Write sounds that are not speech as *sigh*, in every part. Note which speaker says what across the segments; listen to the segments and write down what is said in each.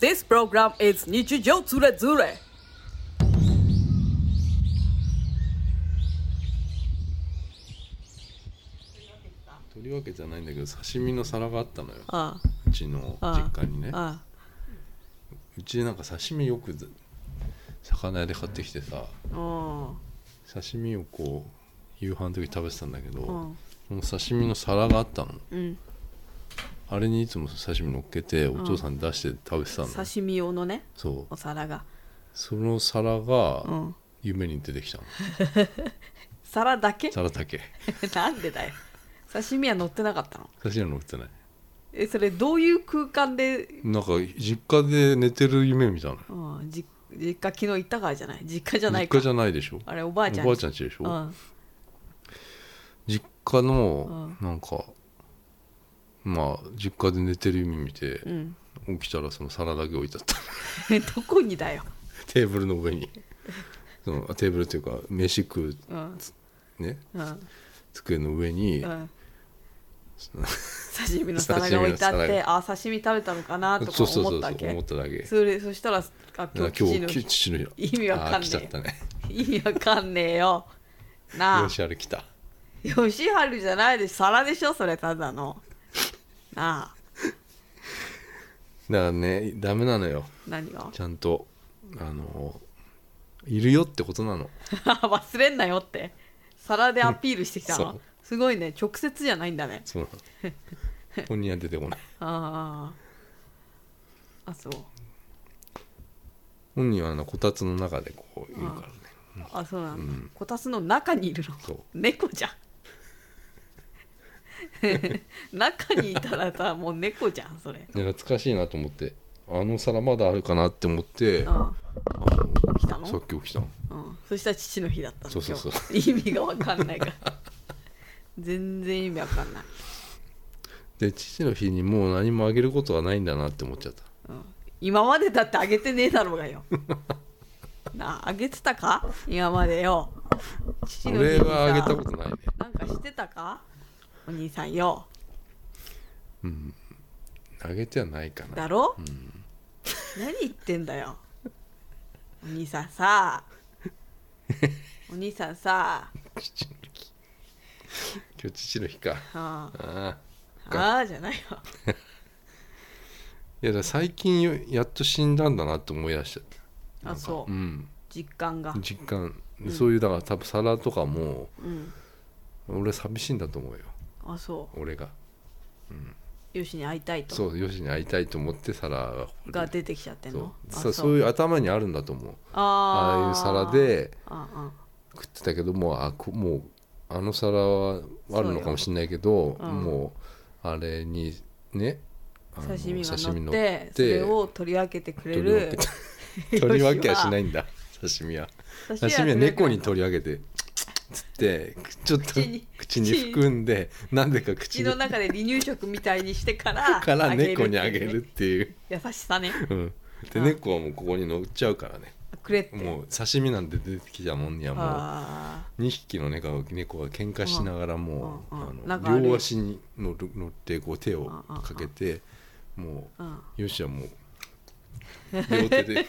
Speaker 1: This program is 日常ズレズレ。
Speaker 2: とりわけじゃないんだけど刺身の皿があったのよ
Speaker 1: あ
Speaker 2: うちの
Speaker 1: あ
Speaker 2: 実家にね
Speaker 1: あ、
Speaker 2: うちなんか刺身よくず魚屋で買ってきてさ
Speaker 1: ああ、
Speaker 2: 刺身をこう夕飯の時食べてたんだけど、
Speaker 1: うん、
Speaker 2: その刺身の皿があったの
Speaker 1: うん、
Speaker 2: あれにいつも刺身乗っけてお父さんに出して食べてたの、
Speaker 1: 刺身用のね、
Speaker 2: そう
Speaker 1: お皿が、
Speaker 2: その皿
Speaker 1: う
Speaker 2: が
Speaker 1: ん、
Speaker 2: 夢に出てきたの、
Speaker 1: 皿だけ？
Speaker 2: 皿だけ
Speaker 1: *laughs* なんでだよ。刺身は乗ってなかったの。
Speaker 2: 刺身は乗ってない
Speaker 1: え、それどういう空間で、
Speaker 2: なんか実家で寝てる夢みたいな
Speaker 1: うん、じ実家昨日行ったからじゃない？実家じゃない
Speaker 2: 実
Speaker 1: か。
Speaker 2: 家じゃないでしょ
Speaker 1: あれおばあちゃん。
Speaker 2: おばあちゃんちでしょ、
Speaker 1: うん、
Speaker 2: 実家のなんか、まあ実家で寝てる夢見て
Speaker 1: う、ん。
Speaker 2: 起きたらその皿だけ置いてあった *laughs*
Speaker 1: え *laughs* どこにだよ。
Speaker 2: テーブルの上
Speaker 1: *laughs*
Speaker 2: にそのテーブルというか飯食
Speaker 1: うん、
Speaker 2: うね
Speaker 1: うん、
Speaker 2: 机の上に、
Speaker 1: うん。
Speaker 2: そ
Speaker 1: *laughs*
Speaker 2: の
Speaker 1: 刺身の皿が置いてあっ
Speaker 2: 刺身
Speaker 1: て
Speaker 2: の
Speaker 1: あ刺身食べたのかなとか
Speaker 2: そうそうそ
Speaker 1: 思
Speaker 2: うそ
Speaker 1: っ
Speaker 2: う
Speaker 1: たわけ
Speaker 2: 思っただけ
Speaker 1: それそしたらあ今
Speaker 2: だ
Speaker 1: 日
Speaker 2: から今日
Speaker 1: 父
Speaker 2: き父の日
Speaker 1: 意味わかんねえ
Speaker 2: あー来ちゃったね
Speaker 1: の日意味わかんねえよな
Speaker 2: よ
Speaker 1: あ
Speaker 2: しあれ来た
Speaker 1: 吉春じゃないでしょ皿でしょそれただのなあ
Speaker 2: だからねダメなのよ
Speaker 1: 何が
Speaker 2: ちゃんとあのいるよってことなの
Speaker 1: *laughs* 忘れんなよって皿でアピールしてきた
Speaker 2: う
Speaker 1: の
Speaker 2: ん
Speaker 1: すごいね直接じゃないんだね
Speaker 2: その
Speaker 1: *laughs*
Speaker 2: 本人は出てこない
Speaker 1: あああそう
Speaker 2: 本人はあのこたつの中でこういるからね
Speaker 1: あそうなんだ、
Speaker 2: うん
Speaker 1: こたつの中にいる
Speaker 2: そ
Speaker 1: の
Speaker 2: う
Speaker 1: 猫じゃ
Speaker 2: *laughs*
Speaker 1: ん中にいたらさもう猫じゃんそれ
Speaker 2: ね懐かしいなと思ってあの皿まだあるかなって思って
Speaker 1: う、ん
Speaker 2: あ
Speaker 1: 来たの
Speaker 2: さっき起きたの
Speaker 1: うん、そしたら父の日だったの
Speaker 2: そうそうそう
Speaker 1: 今日意味が分かんないから全然意味分かんない、
Speaker 2: で父の日にもう何もあげることはないんだなって思っちゃった
Speaker 1: うん、今までだってあげてねえだろうがよなああげてたか今までよ父の日に
Speaker 2: 俺
Speaker 1: さ
Speaker 2: はあげたことないね
Speaker 1: なんかしてたかお兄さんよ
Speaker 2: うんあげてはないかな
Speaker 1: だろ、
Speaker 2: うん
Speaker 1: 何言ってんだよお兄さんさお兄さんさ、
Speaker 2: 父の日今日父の日か
Speaker 1: あ
Speaker 2: ああ
Speaker 1: あああじゃないよ
Speaker 2: いやだから最近よやっと死んだんだなって思い出しちゃった
Speaker 1: あそう、
Speaker 2: うん
Speaker 1: 実感が
Speaker 2: 実感でそういうだから多分皿とかも
Speaker 1: うん
Speaker 2: 俺寂しいんだと思うよ
Speaker 1: あそ
Speaker 2: 俺が
Speaker 1: うよしに会いたいと
Speaker 2: そうよしに会いたいと思って皿がここ
Speaker 1: が
Speaker 2: で
Speaker 1: 出てきちゃってんの
Speaker 2: そうそうそういう頭にあるんだと思うああ
Speaker 1: あ
Speaker 2: いう
Speaker 1: ー
Speaker 2: 皿で
Speaker 1: ああ
Speaker 2: 食ってたけどもうあこもうあの皿はあるのかもしれないけど
Speaker 1: そうようん
Speaker 2: もうあれにねあの
Speaker 1: 刺身が乗
Speaker 2: 刺身
Speaker 1: っ
Speaker 2: 乗
Speaker 1: てそれを取り分けてくれる *laughs*
Speaker 2: 取り分けはしないいんだ刺身は
Speaker 1: 刺
Speaker 2: 刺身は猫に取り上げてつってちょっと
Speaker 1: 口に
Speaker 2: 口に含んでなんでか口
Speaker 1: 口
Speaker 2: に
Speaker 1: の中で離乳食みたいにしてから
Speaker 2: *laughs* から
Speaker 1: げるってい
Speaker 2: 猫
Speaker 1: う
Speaker 2: にあげるっていう、
Speaker 1: 優しさね
Speaker 2: うん、で
Speaker 1: あ
Speaker 2: 猫はもうここに乗っちゃうからね
Speaker 1: くれって
Speaker 2: もう刺身なんて出てきたもんにはも
Speaker 1: あ
Speaker 2: う2匹の猫が猫が喧嘩しながらもう
Speaker 1: うんうんうん
Speaker 2: あ
Speaker 1: なんかあ
Speaker 2: の
Speaker 1: る
Speaker 2: 両足に乗る乗ってこう手をかけても
Speaker 1: ーうん
Speaker 2: うよし
Speaker 1: *laughs*
Speaker 2: はもう両手で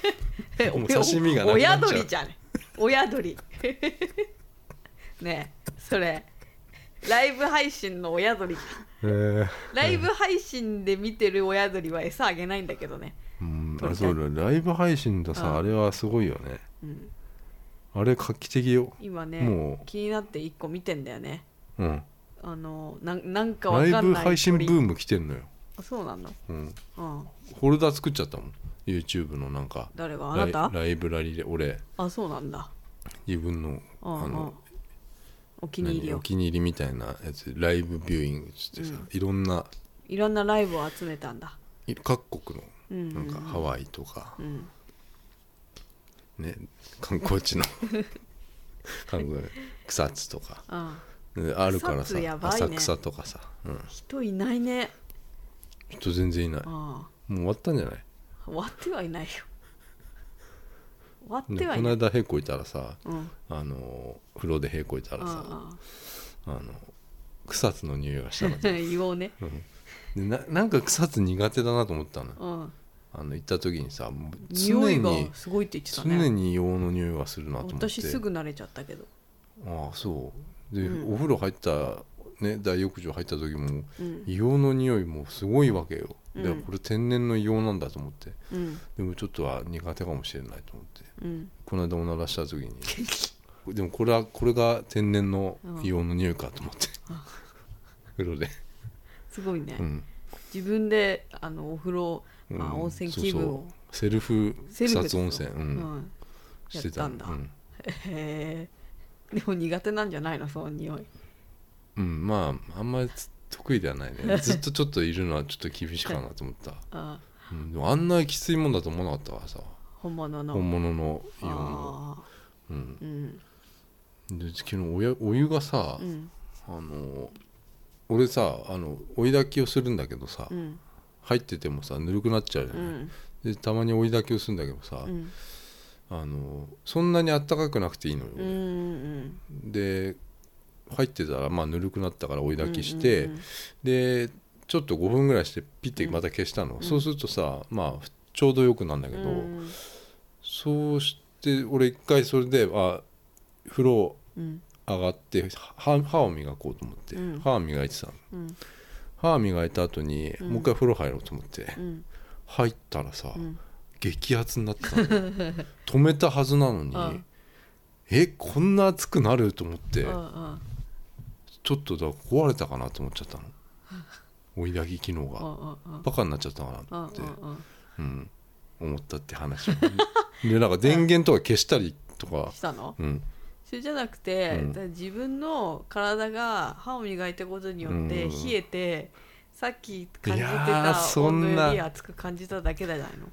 Speaker 1: え *laughs*
Speaker 2: もう刺身がなくなっちゃ
Speaker 1: 親
Speaker 2: う
Speaker 1: 鳥じゃね親鳥 *laughs* ねえそれライブ配信の親鳥
Speaker 2: えー
Speaker 1: ライブ配信で見てる親鳥は餌あげないんだけどね、
Speaker 2: うん
Speaker 1: 撮り
Speaker 2: あ
Speaker 1: たい
Speaker 2: そうだライブ配信ださ
Speaker 1: うん
Speaker 2: あれはすごいよね
Speaker 1: うん、
Speaker 2: あれ画期的よ
Speaker 1: 今
Speaker 2: も
Speaker 1: ね
Speaker 2: う
Speaker 1: 気になって一個見てんだよね
Speaker 2: うん
Speaker 1: あのなんなんかわ
Speaker 2: ラ
Speaker 1: かんな
Speaker 2: イ
Speaker 1: い
Speaker 2: ブ配信ブ
Speaker 1: 鳥
Speaker 2: ーム来てんのよ、
Speaker 1: あそうなの
Speaker 2: うん、
Speaker 1: うん
Speaker 2: フォルダ作っちゃったもん YouTube のなんか
Speaker 1: 誰があなた
Speaker 2: ライライブラリで俺
Speaker 1: あそうなんだ
Speaker 2: 自分の
Speaker 1: う
Speaker 2: あ
Speaker 1: んうん
Speaker 2: の
Speaker 1: お気に入り
Speaker 2: 何
Speaker 1: を
Speaker 2: お気に入りみたいなやつライブビューイングっつってさ、いろんない
Speaker 1: ろんなライブを集めたんだ
Speaker 2: い各国
Speaker 1: うんうんう
Speaker 2: のなんんかハワイとか
Speaker 1: う、ん
Speaker 2: ね、観光
Speaker 1: *laughs*
Speaker 2: 地の韓国草津とか
Speaker 1: あ
Speaker 2: であるから
Speaker 1: 草
Speaker 2: さ、
Speaker 1: 津やばいね
Speaker 2: 浅草とかさ、うん、
Speaker 1: 人いないね
Speaker 2: 人全然いないも
Speaker 1: あ
Speaker 2: う終わったんじゃない
Speaker 1: 終わってはいないよ終わっ
Speaker 2: ね
Speaker 1: ては
Speaker 2: こ
Speaker 1: いな
Speaker 2: の
Speaker 1: い、
Speaker 2: 間へこいたらさ
Speaker 1: うん
Speaker 2: あの風呂でへこいたらさ、
Speaker 1: あ
Speaker 2: あの草津の匂いがしたの
Speaker 1: あ *laughs* 言おうね
Speaker 2: うんでななんか草津苦手だなと思ったの
Speaker 1: うん
Speaker 2: ああの行った時にさ
Speaker 1: 匂
Speaker 2: 常
Speaker 1: いが
Speaker 2: に
Speaker 1: すごいって言ってた
Speaker 2: 常
Speaker 1: ね
Speaker 2: に硫黄の匂いがするなと思って
Speaker 1: 私すぐ慣れちゃったけど、
Speaker 2: ああそうで、
Speaker 1: うん
Speaker 2: お風呂入った、ね、大浴場入った時も
Speaker 1: うん
Speaker 2: 硫黄の匂いもすごいわけよだから
Speaker 1: うん
Speaker 2: これ天然の硫黄なんだと思って
Speaker 1: うん
Speaker 2: でもちょっとは苦手かもしれないと思って
Speaker 1: うん、
Speaker 2: この間おならした時に
Speaker 1: *laughs*
Speaker 2: でもこれはこれが天然の
Speaker 1: うん
Speaker 2: 硫黄の匂いかと思って風呂で、
Speaker 1: すごいね、
Speaker 2: うん
Speaker 1: 自分であのお風呂、まあ、
Speaker 2: うん
Speaker 1: 温泉気分を、
Speaker 2: そうそうセルフ
Speaker 1: セルフです
Speaker 2: 草
Speaker 1: よ
Speaker 2: 温泉、う
Speaker 1: うんん
Speaker 2: してた
Speaker 1: やったんだ
Speaker 2: うん
Speaker 1: へえでも苦手なんじゃないのその匂い
Speaker 2: うん、まああんまり得意ではない
Speaker 1: *laughs*
Speaker 2: ねずっとちょっといるのはちょっと厳しいかなと思った、
Speaker 1: あ
Speaker 2: うん、でもあんなきついもんだと思わなかったからさ
Speaker 1: 本物の
Speaker 2: 本物のイオンの、
Speaker 1: あ
Speaker 2: うん、
Speaker 1: ーうん
Speaker 2: で昨日おやお湯がさ、
Speaker 1: うん
Speaker 2: あの俺さあの追い炊きをするんだけどさ、
Speaker 1: うん
Speaker 2: 入っててもさぬるくなっちゃうじゃ
Speaker 1: う
Speaker 2: ない、
Speaker 1: ん
Speaker 2: でたまに追い炊きをするんだけどさ、
Speaker 1: うん
Speaker 2: あのそんなにあったかくなくていいのよ、
Speaker 1: うんうん
Speaker 2: で入ってたらまあぬるくなったから追い炊きして、
Speaker 1: うんうん
Speaker 2: でちょっと5分ぐらいしてピッてまた消したの、
Speaker 1: ん
Speaker 2: そうするとさまあちょうどよくなんだけど、
Speaker 1: うん
Speaker 2: そうして俺一回それであ風呂
Speaker 1: うん
Speaker 2: 上がって歯歯を磨こうと思って、
Speaker 1: うん
Speaker 2: 歯を磨いてたの
Speaker 1: うん
Speaker 2: 歯磨いた後に、
Speaker 1: うん
Speaker 2: もう一回風呂入ろうと思って、
Speaker 1: うん
Speaker 2: 入ったらさ、
Speaker 1: うん
Speaker 2: 激熱にな
Speaker 1: *laughs*
Speaker 2: ってたのよ止めたはずなのに、
Speaker 1: うん
Speaker 2: えこんな熱くなると思って、
Speaker 1: うん
Speaker 2: ちょっとだから壊れたかなと思っちゃ
Speaker 1: *laughs*
Speaker 2: ったの追い炊き機能
Speaker 1: う
Speaker 2: が、
Speaker 1: んうんうん
Speaker 2: バカになっちゃったかなと
Speaker 1: うんうんうん
Speaker 2: 思って、うん、思ったって話 *laughs* でなんか電源とか消したりとか
Speaker 1: したの
Speaker 2: うん
Speaker 1: それじゃなくて、
Speaker 2: うん
Speaker 1: だから自分の体が歯を磨いたことによって
Speaker 2: うん
Speaker 1: 冷えて、さっき感じて
Speaker 2: いやー
Speaker 1: た
Speaker 2: そんな
Speaker 1: 温度より熱く感じただけじゃないの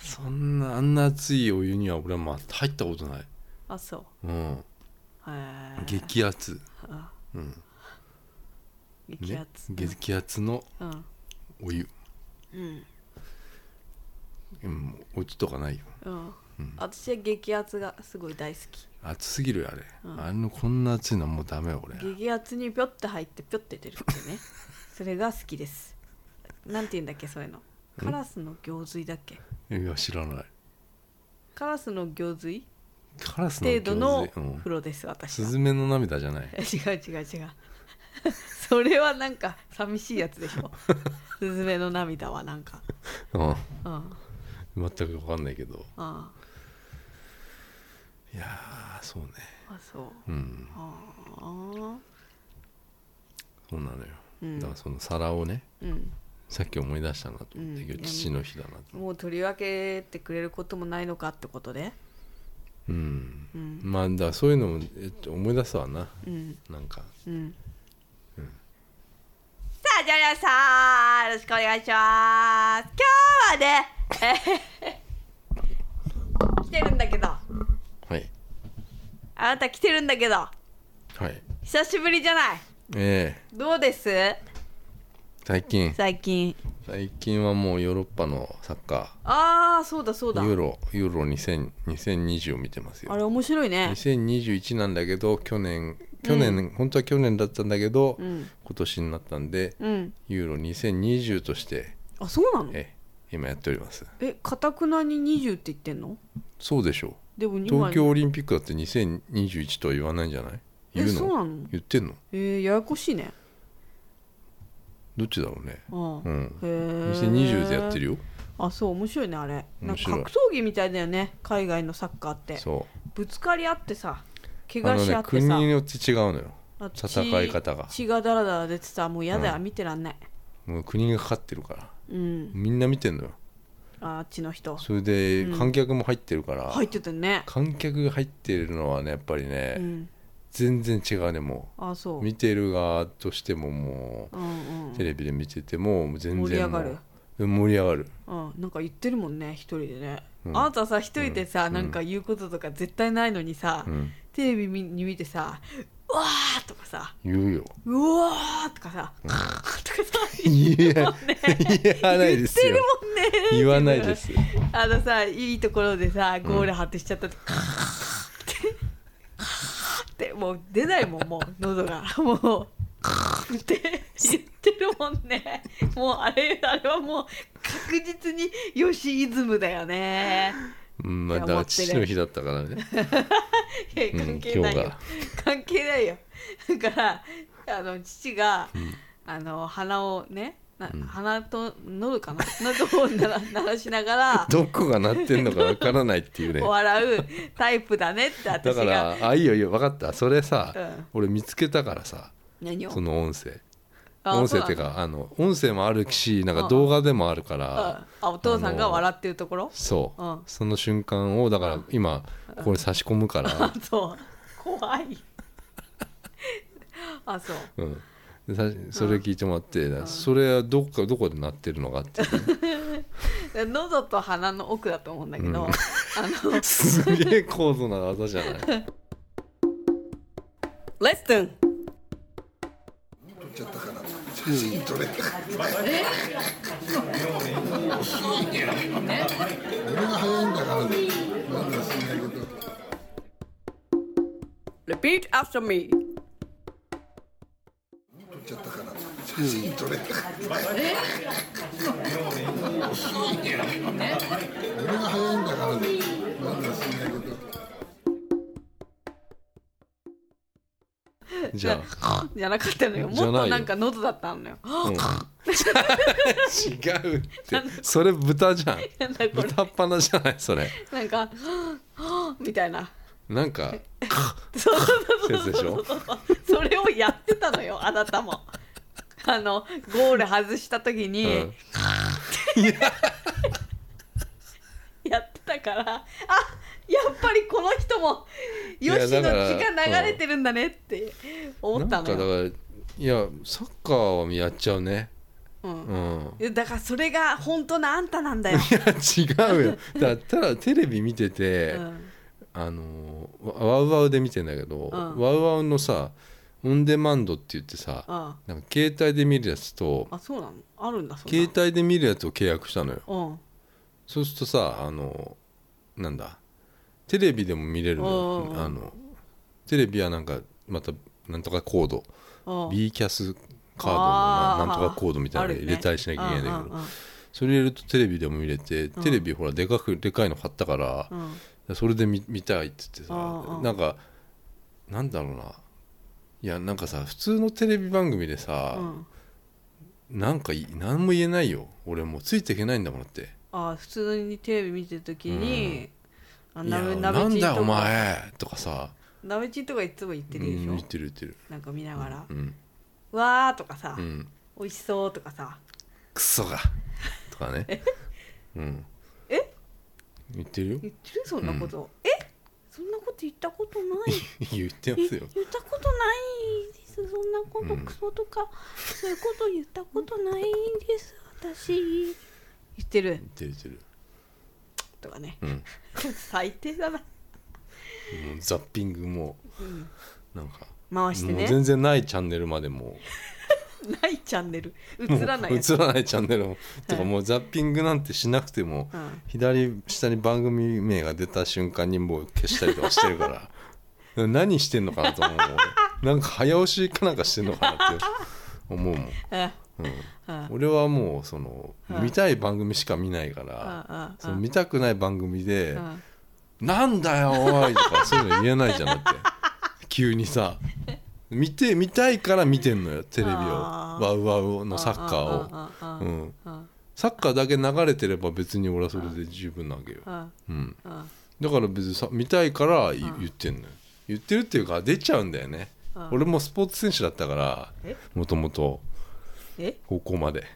Speaker 2: そんなあんな熱いお湯には俺はまあ入ったことない、
Speaker 1: あそう
Speaker 2: うん、
Speaker 1: へー
Speaker 2: 激熱、
Speaker 1: あ
Speaker 2: うん
Speaker 1: 激
Speaker 2: ね
Speaker 1: 熱、、
Speaker 2: 激熱の
Speaker 1: うん
Speaker 2: お湯、
Speaker 1: うん
Speaker 2: うん、お湯とかないよ
Speaker 1: うん
Speaker 2: うん
Speaker 1: 私は激熱がすごい大好き
Speaker 2: 熱すぎるよあれ、
Speaker 1: うん
Speaker 2: あれのこんな熱いのはもうダメよ俺
Speaker 1: 激熱にぴょって入ってぴょって出るってね *laughs* それが好きですなんて言うんだっけそういうのカラスの行水だっけ
Speaker 2: いや知らない
Speaker 1: カラスの行水
Speaker 2: カラスの
Speaker 1: 程度の
Speaker 2: 行水うん
Speaker 1: 風呂です私
Speaker 2: ス
Speaker 1: は
Speaker 2: ズメの涙じゃない
Speaker 1: え *laughs* 違う *laughs* 違う違うそれはなんか寂しいやつでし *laughs* ょスズメの涙はなんか
Speaker 2: うん
Speaker 1: うんうん
Speaker 2: 全く分かんないけど
Speaker 1: あ
Speaker 2: いやーそうね
Speaker 1: そう
Speaker 2: うん
Speaker 1: ああ
Speaker 2: そうなのよ、
Speaker 1: うん
Speaker 2: だからその皿をね
Speaker 1: うん
Speaker 2: さっき思い出したなと思って、
Speaker 1: うん
Speaker 2: 今日父の日だなと思って
Speaker 1: もう取り分けてくれることもないのかってことで
Speaker 2: うん
Speaker 1: うん
Speaker 2: まあだからそういうのも、えっと、思い出すわな
Speaker 1: うん
Speaker 2: なんか
Speaker 1: うんさあじゃあ皆さんよろしくお願いします今日はねえへへ来てるんだけどあ
Speaker 2: はい
Speaker 1: なた来てるんだけど
Speaker 2: はい
Speaker 1: 久しぶりじゃない
Speaker 2: ええ
Speaker 1: どうです
Speaker 2: 最近
Speaker 1: 最近
Speaker 2: 最近はもうヨーロッパのサッカ
Speaker 1: ああそうだそうだ
Speaker 2: ーユーロユーロ2000 2020を見てます
Speaker 1: あ
Speaker 2: よ
Speaker 1: れ面白いね
Speaker 2: 2021なんだけど去年去年、本当は去年だったんだけど、
Speaker 1: うん
Speaker 2: 今年になったんで
Speaker 1: うん
Speaker 2: ユーロ2020として
Speaker 1: あそうなの
Speaker 2: ええ今やっております
Speaker 1: えかたくなに20って言ってんの
Speaker 2: そうでしょ
Speaker 1: でも
Speaker 2: う
Speaker 1: 今
Speaker 2: 東京オリンピックだって2021とは言わないんじゃない言う
Speaker 1: えそう
Speaker 2: の
Speaker 1: なの
Speaker 2: 言ってんの
Speaker 1: えー、ややこしいね
Speaker 2: どっちだろうね
Speaker 1: ああ、
Speaker 2: うん
Speaker 1: へえ
Speaker 2: 2020でやってるよ
Speaker 1: あそう面白いねあれなん
Speaker 2: 面
Speaker 1: か
Speaker 2: 白い
Speaker 1: 格闘技みたいだよね海外のサッカーって
Speaker 2: そ
Speaker 1: ぶつかり合ってさ怪
Speaker 2: うあ
Speaker 1: 我
Speaker 2: の
Speaker 1: し合
Speaker 2: ね
Speaker 1: って
Speaker 2: 国
Speaker 1: さ
Speaker 2: によって違うのよ
Speaker 1: あ血
Speaker 2: 戦い方が
Speaker 1: 血がダラダラ出てさもう嫌だよ、見てらんない
Speaker 2: もう国がかかってるから
Speaker 1: うん
Speaker 2: みんな見てんのよ
Speaker 1: ああっちの人
Speaker 2: それで観客も入ってるから、
Speaker 1: 入ってたね
Speaker 2: 観客が入ってるのはねやっぱりね、
Speaker 1: うん
Speaker 2: 全然違うねも
Speaker 1: ああそうう
Speaker 2: 見てる側としてもも
Speaker 1: うんうん
Speaker 2: うテレビで見ててももう全然もう
Speaker 1: 盛り上がる
Speaker 2: うん盛り上がる
Speaker 1: うん、なんか言ってるもんね一人でね、
Speaker 2: うん
Speaker 1: あなたさ一人でさ、
Speaker 2: うん
Speaker 1: なんか言うこととか絶対ないのにさ、
Speaker 2: うん
Speaker 1: テレビ見に見てさ「うわー!」とかさ
Speaker 2: 言うよ
Speaker 1: 「うわー!」 *laughs* とかさ「カーとかさ
Speaker 2: いや
Speaker 1: もんね
Speaker 2: 言わないですよ
Speaker 1: 言ってるもんね
Speaker 2: 言わないです
Speaker 1: あのさいいところでさゴール外しちゃったとカーってってもう出ないもんもう喉がもうカーって言ってるもんねもうあれあれはもうカ確実にヨシイズムだよね
Speaker 2: うんまあ、だから父の日だったからね
Speaker 1: いや
Speaker 2: うん
Speaker 1: 関係ないよ、
Speaker 2: 今日が
Speaker 1: 関係ないよだからあの父が、あの鼻をねな鼻と喉かな喉を鳴ら鳴らしながら
Speaker 2: *laughs* どこが鳴ってんのかわからないって
Speaker 1: *laughs*
Speaker 2: いうね
Speaker 1: 笑うタイプだねって
Speaker 2: だ
Speaker 1: 私が
Speaker 2: からあいいよいいよ分かったそれさ、
Speaker 1: うん
Speaker 2: 俺見つけたからさ
Speaker 1: 何を
Speaker 2: その音声
Speaker 1: あ
Speaker 2: 音声っていう
Speaker 1: そうなの
Speaker 2: かあの音声もあるしなん
Speaker 1: うん
Speaker 2: か動画でもあるか
Speaker 1: あ
Speaker 2: ら
Speaker 1: あお父さん
Speaker 2: あ
Speaker 1: が
Speaker 2: の
Speaker 1: 笑ってるところ *laughs*
Speaker 2: そう、
Speaker 1: うん
Speaker 2: その瞬間をだから今ここに差し込むか
Speaker 1: あ *laughs*
Speaker 2: ら、
Speaker 1: そう怖い *laughs* あそう
Speaker 2: うん、でさそれ聞いてもらって、それはどこかどこで鳴ってるのかっていう
Speaker 1: で喉と鼻の奥だと思うんだけど、
Speaker 2: うん
Speaker 1: あの
Speaker 2: すげえ高度な技じゃない
Speaker 1: レッスン撮れたえ俺が早いんだからなんだしないけど Repeat after me
Speaker 2: じゃあ、
Speaker 1: じゃなかったのよもっ
Speaker 2: じゃな
Speaker 1: と
Speaker 2: いよ
Speaker 1: なんか喉だったのよ
Speaker 2: うん違うってそれ豚じゃん
Speaker 1: *laughs* なんだこれ
Speaker 2: 豚っ鼻じゃないそれ
Speaker 1: なんか *gasps* 「みたいな
Speaker 2: なんか
Speaker 1: そうそうそう
Speaker 2: やつでしょ
Speaker 1: *laughs* それをやってたのよあなたもあのゴール外した時に、
Speaker 2: うん
Speaker 1: やってたからあやっぱりこの人もヨシの血
Speaker 2: いやだから
Speaker 1: が流れてるんだねって思った
Speaker 2: なん
Speaker 1: の
Speaker 2: かだか
Speaker 1: よ
Speaker 2: らいやサッカーはやっちゃうね
Speaker 1: うん
Speaker 2: うん
Speaker 1: いやだからそれが本当のあんたなんだよ、
Speaker 2: いや違うよだただテレビ見てて、
Speaker 1: うん
Speaker 2: あのーワワウワウで見てんだけど、
Speaker 1: うん
Speaker 2: ワウワウのさオンデマンドって言ってさ、
Speaker 1: あ
Speaker 2: なんか携帯で見るやつと
Speaker 1: あそうなのあるんだそんな
Speaker 2: 携帯で見るやつを契約したのよ
Speaker 1: うん
Speaker 2: そうするとさあのーなんだテレビでも見れるのよ
Speaker 1: うん
Speaker 2: あのテレビはなんかまたなんとかコード
Speaker 1: うん
Speaker 2: B キャスカードのな
Speaker 1: あー
Speaker 2: なんとかコードみたいなの入れたりしなきゃいけないんだけど、
Speaker 1: あるね
Speaker 2: それ入れるとテレビでも見れて、テレビほらでかくでかいの買ったから
Speaker 1: う、んうんうん
Speaker 2: それで見見たいって言ってさ、
Speaker 1: うんうん
Speaker 2: なんかなんだろうないやなんかさ普通のテレビ番組でさ、
Speaker 1: うんうん
Speaker 2: なんかい何も言えないよ俺もうついていけないんだもんだって
Speaker 1: あ普通にテレビ見てる時に、あ
Speaker 2: 「いや
Speaker 1: なべなべ
Speaker 2: なん
Speaker 1: ちん
Speaker 2: だよ
Speaker 1: と
Speaker 2: お
Speaker 1: か
Speaker 2: 前」とかさ
Speaker 1: なべちんとかいつも言ってるでしょ、
Speaker 2: うん言ってる言ってる
Speaker 1: なんか見ながら
Speaker 2: う、ん
Speaker 1: わーとかさ、
Speaker 2: うん
Speaker 1: 美味しそうとかさ
Speaker 2: クソ
Speaker 1: *laughs*
Speaker 2: がとかねうん
Speaker 1: え
Speaker 2: 言ってるよ
Speaker 1: 言ってるそんなこと、えそんなこと言ったことない
Speaker 2: *laughs* 言ってま
Speaker 1: え
Speaker 2: すよ
Speaker 1: 言ったことないですそんなこと
Speaker 2: うん
Speaker 1: クソとか、そういうこと言ったことないです私言ってる
Speaker 2: 言ってる言ってる
Speaker 1: とかね
Speaker 2: うん
Speaker 1: 最低だな、
Speaker 2: もうザッピングも
Speaker 1: うん、
Speaker 2: なんか
Speaker 1: 回して
Speaker 2: もう
Speaker 1: ね
Speaker 2: 全然ないチャンネルまでも
Speaker 1: ないチャンネル
Speaker 2: も
Speaker 1: 映
Speaker 2: う
Speaker 1: らないやつ
Speaker 2: *laughs* 映らないチャンネルも、とかもうザッピングなんてしなくても、
Speaker 1: うん
Speaker 2: 左下に番組名が出た瞬間にもう消したりとかしてるから *laughs* 何してんのかなと思う
Speaker 1: *laughs*
Speaker 2: 俺なんか早押しかなんかしてんのかなって思うも
Speaker 1: うん
Speaker 2: ん、
Speaker 1: *laughs*
Speaker 2: うん
Speaker 1: うん
Speaker 2: 俺はもうその、
Speaker 1: うん
Speaker 2: 見たい番組しか見ないか
Speaker 1: う
Speaker 2: ら、
Speaker 1: ん
Speaker 2: その見たくない番組で
Speaker 1: うんうん
Speaker 2: 「なんだよおい」とかそういうの言えないじゃ
Speaker 1: *laughs*
Speaker 2: んだって急にさ見て見たいから見てんのよテレビを
Speaker 1: あー
Speaker 2: ワウワウのサッカーを。
Speaker 1: ー
Speaker 2: う
Speaker 1: うん
Speaker 2: ん
Speaker 1: うん
Speaker 2: サッカーだけ流れてれば別に俺はそれで十分なわけよ、
Speaker 1: うん
Speaker 2: うん、
Speaker 1: うん
Speaker 2: だから別にさ見たいからい言ってんのよ言ってるっていうか出ちゃうんだよね
Speaker 1: うん
Speaker 2: 俺もスポーツ選手だったから
Speaker 1: え
Speaker 2: もともと
Speaker 1: え
Speaker 2: 高校まで、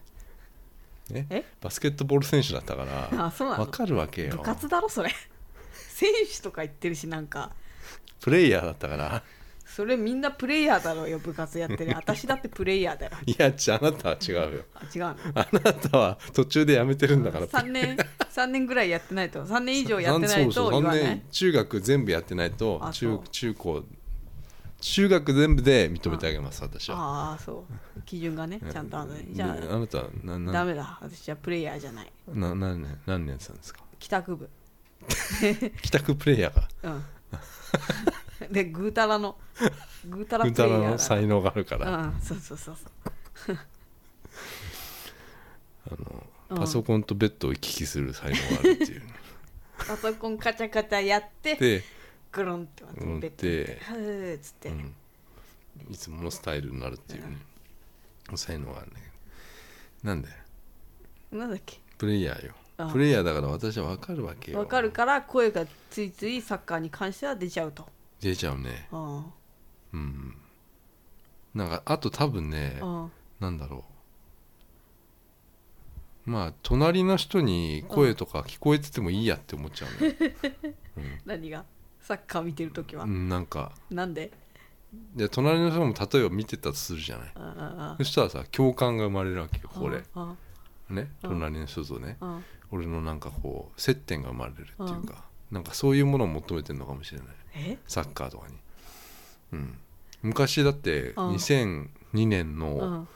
Speaker 2: ね
Speaker 1: え、
Speaker 2: バスケットボール選手だったか
Speaker 1: あそう
Speaker 2: ら
Speaker 1: なの
Speaker 2: わかるわけよ
Speaker 1: 部活だろそれ選手とか言ってるしなんか
Speaker 2: プレイヤーだったから
Speaker 1: それみんなプレイヤーだろうよ部活やってる私だってプレイヤーだよ
Speaker 2: いやちあなたは違うよ
Speaker 1: あ違うの
Speaker 2: あなたは途中でやめてるんだから
Speaker 1: 3年3年ぐらいやってないと3年以上やってな
Speaker 2: そ
Speaker 1: いう
Speaker 2: そ
Speaker 1: と
Speaker 2: う
Speaker 1: 言わな
Speaker 2: 三
Speaker 1: い
Speaker 2: 年中学全部やってないと
Speaker 1: あそ
Speaker 2: 中
Speaker 1: う
Speaker 2: 中高中学全部で認めてあげます私は
Speaker 1: ああそう基準がねちゃんとあるのね
Speaker 2: で
Speaker 1: じゃ
Speaker 2: あなたはな
Speaker 1: あ
Speaker 2: な
Speaker 1: ダメだ私はプレイヤーじゃない
Speaker 2: な何年何年さんですか
Speaker 1: 帰宅部
Speaker 2: 帰宅プレイヤー
Speaker 1: う
Speaker 2: が
Speaker 1: んでぐうたらのぐうたら
Speaker 2: ぐ
Speaker 1: プ
Speaker 2: うた
Speaker 1: レイ
Speaker 2: ら
Speaker 1: ヤーだ
Speaker 2: の才能があるから
Speaker 1: うんそうそうそうそう
Speaker 2: あの
Speaker 1: ううん
Speaker 2: パソコンとベッドを行き来する才能があるっていう
Speaker 1: *laughs* パソコンカチャカチャやって
Speaker 2: で、
Speaker 1: グロンってま
Speaker 2: うん
Speaker 1: ベッドに
Speaker 2: で
Speaker 1: はーっつって、
Speaker 2: うん、いつものスタイルになるっていうね、才能があるんだけどなんで
Speaker 1: なんだっけ
Speaker 2: プレイヤーよ
Speaker 1: あ
Speaker 2: プレイヤーだから私は分かるわけよ
Speaker 1: わかるから声がついついサッカーに関しては出ちゃうと、
Speaker 2: 出ちゃうね
Speaker 1: うん
Speaker 2: うんなんかあと多分ね
Speaker 1: うん、
Speaker 2: なんだろうまあ隣の人に声とか聞こえててもいいやって思っちゃうね、
Speaker 1: 何がサッカー見てる時は、
Speaker 2: うん、なんか
Speaker 1: なんで
Speaker 2: で隣の人も例えば見てたとするじゃない
Speaker 1: うんうん
Speaker 2: そしたらさ共感が生まれるわけよ *laughs* これ
Speaker 1: うん
Speaker 2: ね
Speaker 1: うん
Speaker 2: 隣の人とね
Speaker 1: うんうん
Speaker 2: 俺のなんかこう接点が生まれるっていうかなんかそういうものを求めてるのかもしれない
Speaker 1: え
Speaker 2: サッカーとかにうん昔だって
Speaker 1: うん
Speaker 2: 2002年
Speaker 1: う
Speaker 2: の
Speaker 1: ん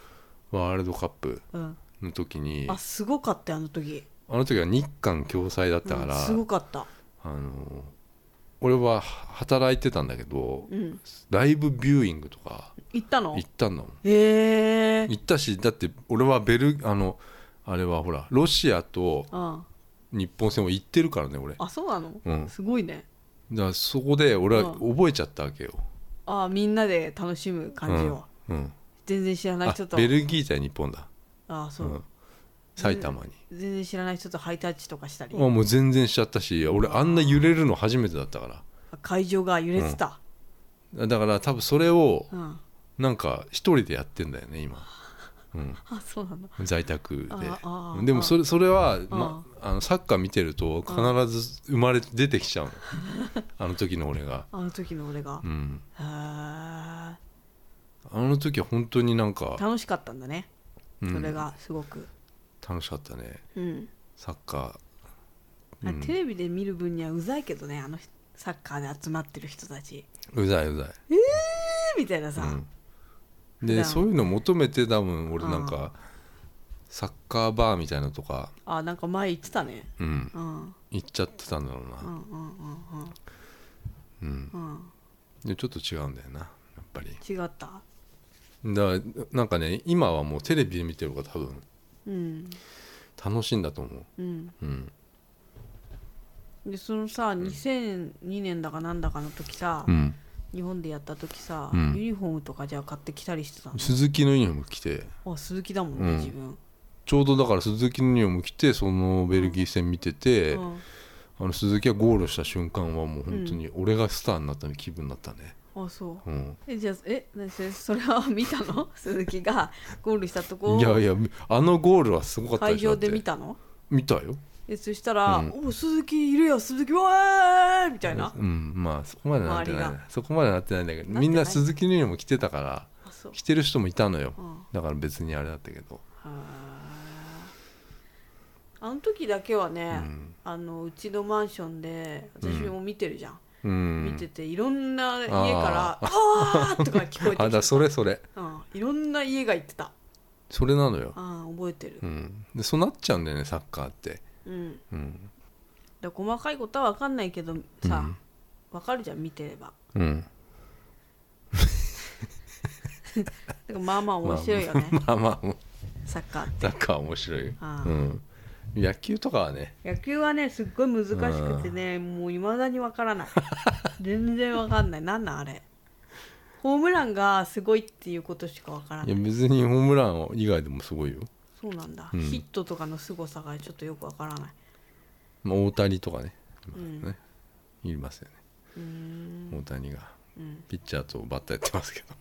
Speaker 2: ワールドカップ
Speaker 1: うん
Speaker 2: の時に
Speaker 1: あすごかったよあの時
Speaker 2: あの時は日韓共催だったか
Speaker 1: うん
Speaker 2: ら
Speaker 1: すごかった
Speaker 2: あの俺は働いてたんだけど
Speaker 1: うん
Speaker 2: ライブビューイングとか
Speaker 1: 行ったの
Speaker 2: 行ったんだもん
Speaker 1: へえ
Speaker 2: 行ったしだって俺はベルあのあれはほらロシアと
Speaker 1: うん
Speaker 2: 日本戦を行ってるからね俺だか
Speaker 1: あそうなの、
Speaker 2: うん
Speaker 1: すごいね
Speaker 2: らそこで俺は
Speaker 1: う
Speaker 2: 覚えちゃったわけよ、
Speaker 1: あみんなで楽しむ
Speaker 2: う
Speaker 1: 感じを、
Speaker 2: んうん、
Speaker 1: 全然知らない
Speaker 2: あ
Speaker 1: 人と
Speaker 2: ベルギー対日本だ、
Speaker 1: あそうう、
Speaker 2: ん、埼玉に
Speaker 1: 全然知らない人とハイタッチとかしたり
Speaker 2: あもう全然しちゃったし俺あんな揺れるの初めてだったか
Speaker 1: 会場が揺れてた、
Speaker 2: らだから多分それを
Speaker 1: うん
Speaker 2: なんか一人でやってんだよね今、うん、
Speaker 1: あそうなんだ
Speaker 2: 在宅
Speaker 1: あああ
Speaker 2: ででもそれそれは、ま
Speaker 1: う、
Speaker 2: あのサッカー見てると必ず生まれて出てきちゃうの *laughs* あの時の俺が、
Speaker 1: あの時の俺が
Speaker 2: う、ん、
Speaker 1: へー
Speaker 2: あの時は本当になんか、
Speaker 1: 楽しかったんだね
Speaker 2: うん
Speaker 1: それがすごく
Speaker 2: 楽しかったね
Speaker 1: うん、
Speaker 2: サッカ
Speaker 1: あテレビで見る分にはうざいけどねあのサッカーで集まってる人たち *laughs*
Speaker 2: ーうざいうざい
Speaker 1: みたいなさ、
Speaker 2: うん、で
Speaker 1: 普段
Speaker 2: そういうの求めて多分俺なんかサッカーバーみたいなのとか、
Speaker 1: あなんか前言ってたね
Speaker 2: うん、
Speaker 1: うん
Speaker 2: 行っちゃってたんだろう
Speaker 1: うんう
Speaker 2: な、
Speaker 1: んうん
Speaker 2: うん、
Speaker 1: うんうん
Speaker 2: でちょっと違うんだよなやっぱり
Speaker 1: 違った
Speaker 2: だからなんかね今はもうテレビで見てる方が多分
Speaker 1: うん
Speaker 2: 楽しいんだと思う
Speaker 1: うん
Speaker 2: うん
Speaker 1: でそのさ2002年だかなんだかの時さ、
Speaker 2: うん
Speaker 1: 日本でやった時さ、
Speaker 2: うん
Speaker 1: ユニフォームとかじゃあ買ってきたりしてた
Speaker 2: 鈴木のユニフォーム着て
Speaker 1: のあ鈴木だもんね、
Speaker 2: うん
Speaker 1: 自分、
Speaker 2: ちょうどだから鈴木のユニフォーム着てそのベルギー戦見てて、あの鈴木がゴールした瞬間はもう本当に俺がスターになったの気分になったね、
Speaker 1: うん、あそう
Speaker 2: うん
Speaker 1: えじゃあえなそれそれは *laughs* 見た
Speaker 2: *laughs*
Speaker 1: の鈴木がゴールしたとこ
Speaker 2: いやいやあのゴールはすごかった
Speaker 1: 会
Speaker 2: でしょ
Speaker 1: 場で見
Speaker 2: だった
Speaker 1: の
Speaker 2: て見たよ
Speaker 1: えそしたら「
Speaker 2: うん
Speaker 1: お鈴木いるよ鈴木わーい!」みたいな、
Speaker 2: うんまあそこまでなってない
Speaker 1: 周り
Speaker 2: そこまでなってないんだけ
Speaker 1: な
Speaker 2: ど
Speaker 1: ってない
Speaker 2: みんな鈴木のユニフォーム着てたから
Speaker 1: あそう
Speaker 2: 着てる人もいたのよ、
Speaker 1: うんは
Speaker 2: だから別にあれだったけど、
Speaker 1: ああの時だけは
Speaker 2: う
Speaker 1: ね、
Speaker 2: ん
Speaker 1: あのうちのマンションで私も見てるじゃん、
Speaker 2: うん、
Speaker 1: 見てていろんな家
Speaker 2: *laughs*
Speaker 1: から「あー!」とか聞こえてき
Speaker 2: あだか
Speaker 1: て
Speaker 2: らそれそれ
Speaker 1: うん、いろんな家が行ってた、
Speaker 2: それなのよ、
Speaker 1: うん、覚えてる
Speaker 2: う、ん、でそうなっちゃうんだよねサッカーって、
Speaker 1: うん、
Speaker 2: うん
Speaker 1: だから細かいことは分かんないけど
Speaker 2: う
Speaker 1: さ
Speaker 2: ん
Speaker 1: 分かるじゃん見てれば
Speaker 2: うん、
Speaker 1: だからまあまあ面白いよね、
Speaker 2: *laughs* まあまあまあ
Speaker 1: サッカーって
Speaker 2: サッカーは面白いよ、
Speaker 1: あ
Speaker 2: う
Speaker 1: ー
Speaker 2: ん、野球とかはね
Speaker 1: 野球はねすっごい難しくてねもういまだに分からない
Speaker 2: *laughs*
Speaker 1: 全然分かんないなんなんあれホームランがすごいっていうことしか分から
Speaker 2: い
Speaker 1: な
Speaker 2: や
Speaker 1: い
Speaker 2: 別にホームラン以外でもすごいよ、
Speaker 1: そうなんだ、
Speaker 2: うん
Speaker 1: ヒットとかの凄さがちょっとよく分からない
Speaker 2: まあ、大谷とかね,、
Speaker 1: うん
Speaker 2: ねいますよね
Speaker 1: うーん、
Speaker 2: 大谷が
Speaker 1: うん、
Speaker 2: ピッチャーとバッターやってますけど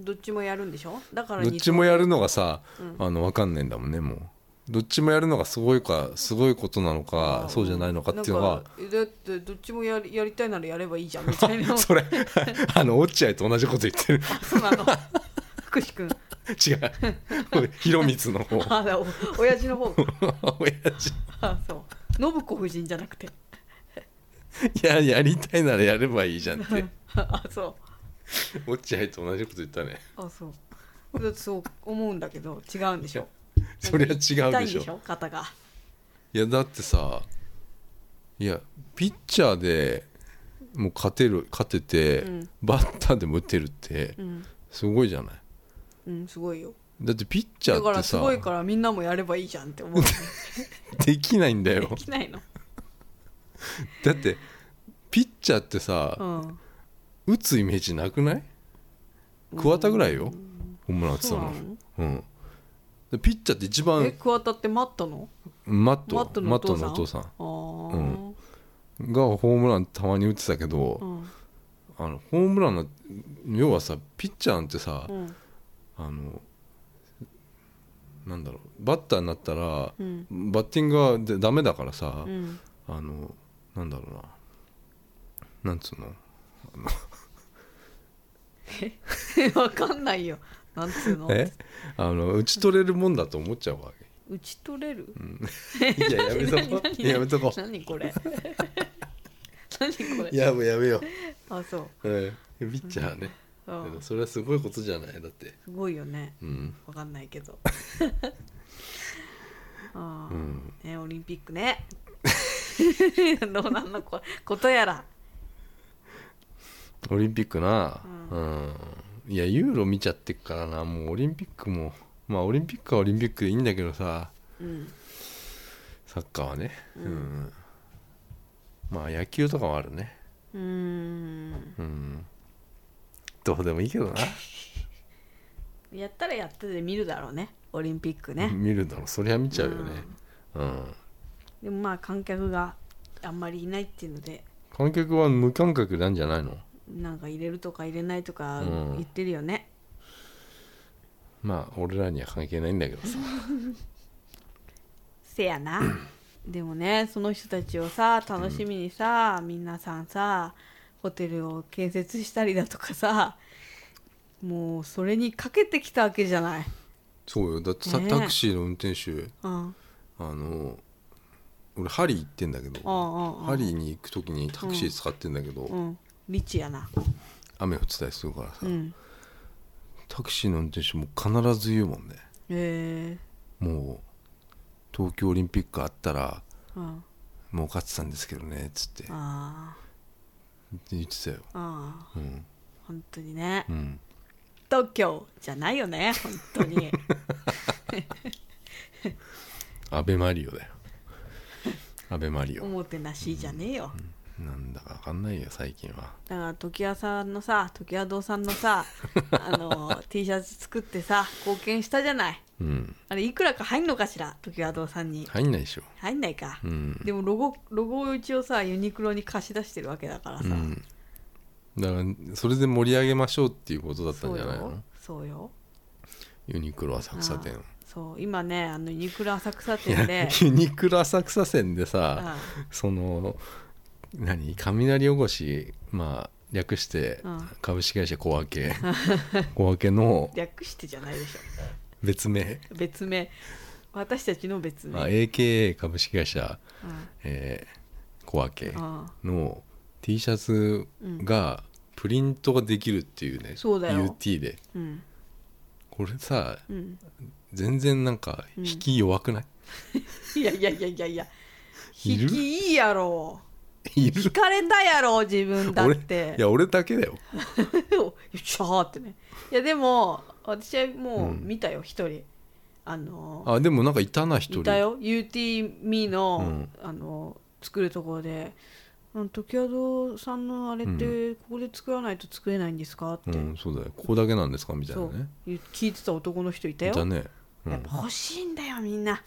Speaker 1: どっちもやるんでしょだから
Speaker 2: どっ
Speaker 1: 二
Speaker 2: ち
Speaker 1: 刀
Speaker 2: もやるのがさ、
Speaker 1: うん
Speaker 2: あの分かんないんだもんねもうどっちもやるのがすごいかすごいことなのかそうじゃないのかっていうの
Speaker 1: なん
Speaker 2: は
Speaker 1: かだってどっちもやりやりたいならやればいいじゃんみたいな
Speaker 2: *laughs* それあの落合と同じこと言ってる *laughs*
Speaker 1: そうなの福士君 *laughs*
Speaker 2: 違う広光の方 *laughs*
Speaker 1: あだお親父の方か
Speaker 2: 親父
Speaker 1: あそう信子夫人じゃなくて
Speaker 2: いややりたいならやればいいじゃんって
Speaker 1: *laughs*
Speaker 2: *laughs*
Speaker 1: あそう
Speaker 2: 落合と同じこと言ったね
Speaker 1: あそう *laughs* だってそう思うんだけど違うんでしょ
Speaker 2: そりゃ違うでしょ
Speaker 1: 痛いんでしょ肩が
Speaker 2: いやだってさいやピッチャーでもう勝てる勝てて、
Speaker 1: うん
Speaker 2: バッターでも打てるって
Speaker 1: うん、
Speaker 2: すごいじゃない
Speaker 1: うん、すごいよ
Speaker 2: だってピッチャ
Speaker 1: だか
Speaker 2: ーって
Speaker 1: らす
Speaker 2: さ
Speaker 1: ごいからみんなもやればいいじゃんって
Speaker 2: *laughs*
Speaker 1: 思う
Speaker 2: できないん
Speaker 1: *laughs*
Speaker 2: だよ
Speaker 1: できないの
Speaker 2: だってピッチャーってさ、
Speaker 1: うん
Speaker 2: 打つイメージなくない桑田ぐらいよホームラン打ってた
Speaker 1: そうな
Speaker 2: の
Speaker 1: の
Speaker 2: うんでピッチャーって一
Speaker 1: え
Speaker 2: 番
Speaker 1: 桑田って待ったの
Speaker 2: マット
Speaker 1: マットのお父さん
Speaker 2: マットのお父さん
Speaker 1: あー
Speaker 2: うんがホームランたまに打ってたけど、
Speaker 1: うん
Speaker 2: あのホームランの要はさピッチャーなんてさ、
Speaker 1: うん
Speaker 2: あのなんだろうバッターになったら
Speaker 1: うん
Speaker 2: バッティングがでダメだからさ、 *laughs*
Speaker 1: うん
Speaker 2: あのなんだろうななんつうの
Speaker 1: 分かんないよなんつうの
Speaker 2: えあの打ち取れるもんだと思っちゃうわけ
Speaker 1: 打ち取れる
Speaker 2: *laughs* いややめとこ
Speaker 1: 何
Speaker 2: やめとこ
Speaker 1: 何これ *laughs* 何これ
Speaker 2: やめやめよ
Speaker 1: あそう
Speaker 2: う、うん、ピッチャーね、
Speaker 1: う
Speaker 2: でも
Speaker 1: ん
Speaker 2: それはすごいことじゃないだって
Speaker 1: すごいよね
Speaker 2: うん
Speaker 1: わかんないけ
Speaker 2: *laughs*
Speaker 1: どあ
Speaker 2: う
Speaker 1: ー
Speaker 2: ん
Speaker 1: ねオリンピックね *laughs* どうなんのこことやら
Speaker 2: オリンピックな
Speaker 1: う
Speaker 2: うん、いやユーロ見ちゃってっからなもうオリンピックもまあオリンピックはオリンピックでいいんだけどさ
Speaker 1: うん
Speaker 2: サッカーはねうん、
Speaker 1: う
Speaker 2: まあ野球とかはあるね
Speaker 1: うーん
Speaker 2: うんどうでもいいけどな、
Speaker 1: やったらやってで見るだろうねオリンピックね、
Speaker 2: 見るだろそりゃ見ちゃうよねうん、
Speaker 1: でもまあ観客があんまりいないっていうので
Speaker 2: 観客は無観客なんじゃないの
Speaker 1: なんか入れるとか入れないとか
Speaker 2: うん
Speaker 1: 言ってるよね、
Speaker 2: まあ俺らには関係ないんだけどさ
Speaker 1: せやなでもねその人たちをさ楽しみにさ、みんなさんさホテルを建設したりだとかさもうそれにかけてきたわけじゃない、
Speaker 2: そうよだってさ
Speaker 1: ねえ
Speaker 2: タクシーの運転手
Speaker 1: うん、うん
Speaker 2: あの俺ハリー行ってんだけど
Speaker 1: うんうん
Speaker 2: ハリーに行く時にタクシー使ってんだけど、
Speaker 1: うんリッチやな
Speaker 2: 雨降ってたりするからさ、
Speaker 1: うん
Speaker 2: タクシーの運転手も必ず言うもんね
Speaker 1: へえ
Speaker 2: もう東京オリンピックあったら
Speaker 1: うん
Speaker 2: 儲かってたんですけどねっつって
Speaker 1: あ
Speaker 2: 言ってたよ
Speaker 1: ーあー
Speaker 2: うん
Speaker 1: 本当にね
Speaker 2: うん
Speaker 1: 東京じゃないよね本当に *laughs*
Speaker 2: アベマリオだよアベマリ
Speaker 1: お
Speaker 2: オ
Speaker 1: もてなしじゃねえよ、
Speaker 2: なんだか分かんないよ最近は
Speaker 1: だから時矢さんのさ時矢堂さんの
Speaker 2: *laughs*
Speaker 1: さあの T シャツ作ってさ貢献したじゃない
Speaker 2: うん
Speaker 1: あれいくらか入んのかしら時矢堂さんに、
Speaker 2: 入んないでしょ
Speaker 1: 入んないか、
Speaker 2: うん
Speaker 1: でもロゴロゴを一応さユニクロに貸し出してるわけだからさ、
Speaker 2: うんだからそれで盛り上げましょうっていうことだった
Speaker 1: そ
Speaker 2: ん
Speaker 1: う
Speaker 2: じゃないの
Speaker 1: よそうよ
Speaker 2: ユニクロ浅草店
Speaker 1: そう今ねあのユニクロ浅草
Speaker 2: い
Speaker 1: 店
Speaker 2: や
Speaker 1: で
Speaker 2: *laughs* ユニクロ浅草店で
Speaker 1: う
Speaker 2: さ、
Speaker 1: ん
Speaker 2: その何雷おこしまあ略して
Speaker 1: うん
Speaker 2: 株式会社小分け *laughs* 小分けの
Speaker 1: 略してじゃないでしょ
Speaker 2: 別名
Speaker 1: 別名私たちの別名
Speaker 2: あ AKA 株式会社、
Speaker 1: うん
Speaker 2: えー小分け
Speaker 1: あ
Speaker 2: の T シャツがプリントができるっていうね、
Speaker 1: そうだよ
Speaker 2: UT で
Speaker 1: うん
Speaker 2: これさ
Speaker 1: うん
Speaker 2: 全然なんか
Speaker 1: うん
Speaker 2: 引き弱くない、
Speaker 1: いやいやいやいやいや
Speaker 2: い
Speaker 1: 引
Speaker 2: る
Speaker 1: きいいやろ
Speaker 2: い
Speaker 1: 引
Speaker 2: る
Speaker 1: かれたやろ自分だっ
Speaker 2: 俺
Speaker 1: て
Speaker 2: いや俺だけだよ
Speaker 1: よっしゃーってね *laughs* いやでも私はもう
Speaker 2: うん
Speaker 1: 見たよ一、人あの
Speaker 2: あでもなんかいたな一人
Speaker 1: いたよ UTME の,、
Speaker 2: うん
Speaker 1: あの作るところで「うん時矢堂さんのあれってここで作らないと作れないんですか?」って、
Speaker 2: うんそうだよここだけなんですかみたい
Speaker 1: そ
Speaker 2: な
Speaker 1: う
Speaker 2: ね
Speaker 1: 言う聞いてた男の人いた
Speaker 2: い
Speaker 1: よ
Speaker 2: たね、うん
Speaker 1: やっぱ欲しいんだよみんな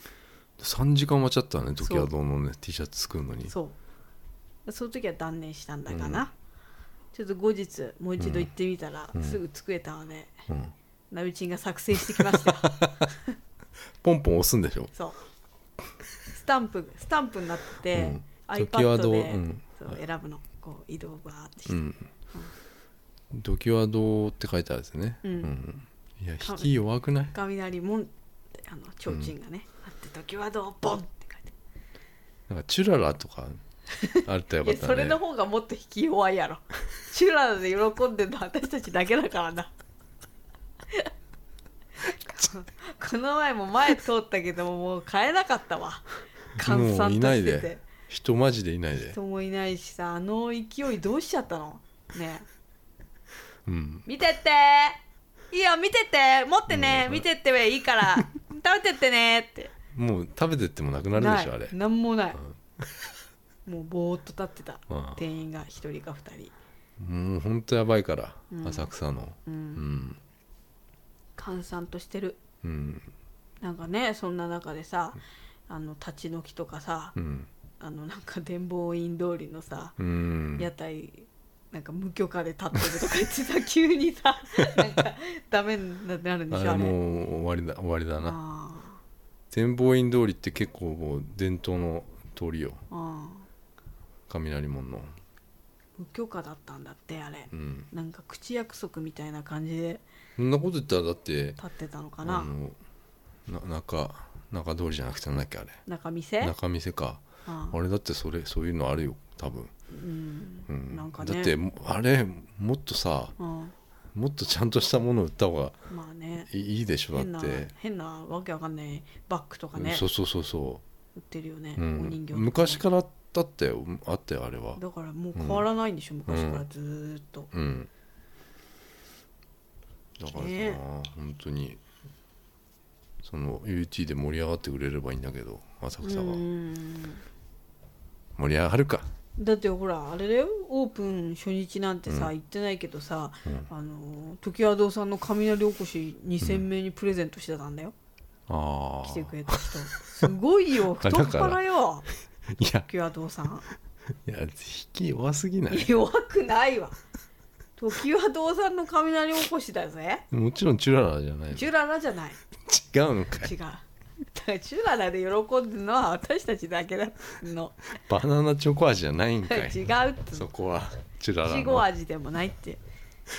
Speaker 2: 3時間待っちゃったね時
Speaker 1: そ
Speaker 2: は
Speaker 1: う
Speaker 2: どのね T シャツ作るのに
Speaker 1: そうその時は断念したんだかな、ちょっと後日もう一度行ってみたら、すぐ作れたので、
Speaker 2: うん
Speaker 1: ナビチンが作成してきま
Speaker 2: *laughs*
Speaker 1: したよ
Speaker 2: ポンポン押すんでしょ
Speaker 1: そうスタンプスタンプになってて、
Speaker 2: うん時は
Speaker 1: iPad
Speaker 2: どう
Speaker 1: で、
Speaker 2: うん
Speaker 1: そう選ぶのこう移動バーってして、
Speaker 2: うん「時はどう」って書いてあるんですね、
Speaker 1: うん
Speaker 2: いや引き弱くない
Speaker 1: 雷もんあの提灯がね、あって時はどうボンって書いて
Speaker 2: なんか「チュララ」とかあった
Speaker 1: ある
Speaker 2: らよかっ
Speaker 1: いや *laughs*
Speaker 2: た
Speaker 1: それ
Speaker 2: ね
Speaker 1: の方がもっと引き弱いやろチュララで喜んでるの私たちだけだからな *laughs* この前も前通ったけどもう買えなかったわ閑
Speaker 2: もう
Speaker 1: 散
Speaker 2: い
Speaker 1: と
Speaker 2: な
Speaker 1: し
Speaker 2: い
Speaker 1: て
Speaker 2: で
Speaker 1: て
Speaker 2: 人マジでいないで
Speaker 1: 人もいないしさあの勢いどうしちゃったのねえ
Speaker 2: うん
Speaker 1: 見てっていいよ見てて持ってね、
Speaker 2: うん
Speaker 1: 見てっていいから
Speaker 2: *laughs*
Speaker 1: 食べてってねって
Speaker 2: もう食べてってもなくなるでしょあれ
Speaker 1: ないなんもない、もうぼーっと立ってた、
Speaker 2: うん
Speaker 1: 店員が一人か二人
Speaker 2: もうほんとやばいから、
Speaker 1: うん
Speaker 2: 浅草の
Speaker 1: う
Speaker 2: うんん
Speaker 1: 閑散としてる
Speaker 2: うん
Speaker 1: なんかねそんな中でさあの立ち退きとかさ、
Speaker 2: うん
Speaker 1: あのなんか伝法院通りのさ、
Speaker 2: うん
Speaker 1: 屋台なんか無許可で立ってるとか言ってさ *laughs* 急にさなんかダメになるんで
Speaker 2: あ
Speaker 1: しょ
Speaker 2: れ
Speaker 1: あれ
Speaker 2: もう終わりだ終わりだな
Speaker 1: あ
Speaker 2: 展望院通りって結構もう伝統の通りよ
Speaker 1: ーあ
Speaker 2: 雷門の
Speaker 1: ー無許可だったんだってあれ
Speaker 2: うん
Speaker 1: なんか口約束みたいな感じで
Speaker 2: そんなこと言ったらだって
Speaker 1: 立ってたのか
Speaker 2: あ
Speaker 1: な
Speaker 2: のな中中通りじゃなくてなんだっけあれ
Speaker 1: 中見せ
Speaker 2: 中見せか
Speaker 1: あ
Speaker 2: あれだってそれそういうのあるよ多分、
Speaker 1: うん
Speaker 2: う
Speaker 1: なんかね
Speaker 2: だってもあれもっとさ
Speaker 1: うん
Speaker 2: もっとちゃんとしたものを売った方が
Speaker 1: まあね
Speaker 2: いいいでしょ
Speaker 1: 変
Speaker 2: だっ
Speaker 1: な
Speaker 2: て、
Speaker 1: 変なわけわかんないバッグとか
Speaker 2: うん
Speaker 1: ね
Speaker 2: そうそうそうそ
Speaker 1: 売ってるよね、
Speaker 2: う、う
Speaker 1: お
Speaker 2: ん
Speaker 1: 人形とかね
Speaker 2: 昔からあったよあったよあれは
Speaker 1: だからもう変わらないんでしょ、昔からずーっと、
Speaker 2: うんだからさ、
Speaker 1: ね
Speaker 2: 本当にその UT で盛り上がってくれればいいんだけど浅草は、
Speaker 1: うん
Speaker 2: 盛り上がるか
Speaker 1: だってほらあれだよオープン初日なんてさ、行ってないけどさ、
Speaker 2: うん
Speaker 1: あの時和堂さんの雷おこし2000名にプレゼントしてたんだよ、
Speaker 2: あ
Speaker 1: 来
Speaker 2: あ
Speaker 1: てくれた人すごい
Speaker 2: *laughs*
Speaker 1: よ太
Speaker 2: あだ
Speaker 1: っ
Speaker 2: から
Speaker 1: 腹よ
Speaker 2: いや
Speaker 1: 時和堂さん
Speaker 2: いや引き弱すぎない
Speaker 1: 弱くないわ時和堂さんの雷おこしだぜ
Speaker 2: もちろんチュララじゃないの
Speaker 1: チュララじゃない
Speaker 2: 違うのかい
Speaker 1: 違うだからチュララで喜んでるのは私たちだけだの
Speaker 2: バナナチョコ味じゃないんか
Speaker 1: 違うっ
Speaker 2: い
Speaker 1: つう
Speaker 2: そこはチュラ
Speaker 1: のい
Speaker 2: ラ
Speaker 1: ちご
Speaker 2: の
Speaker 1: 味でもないって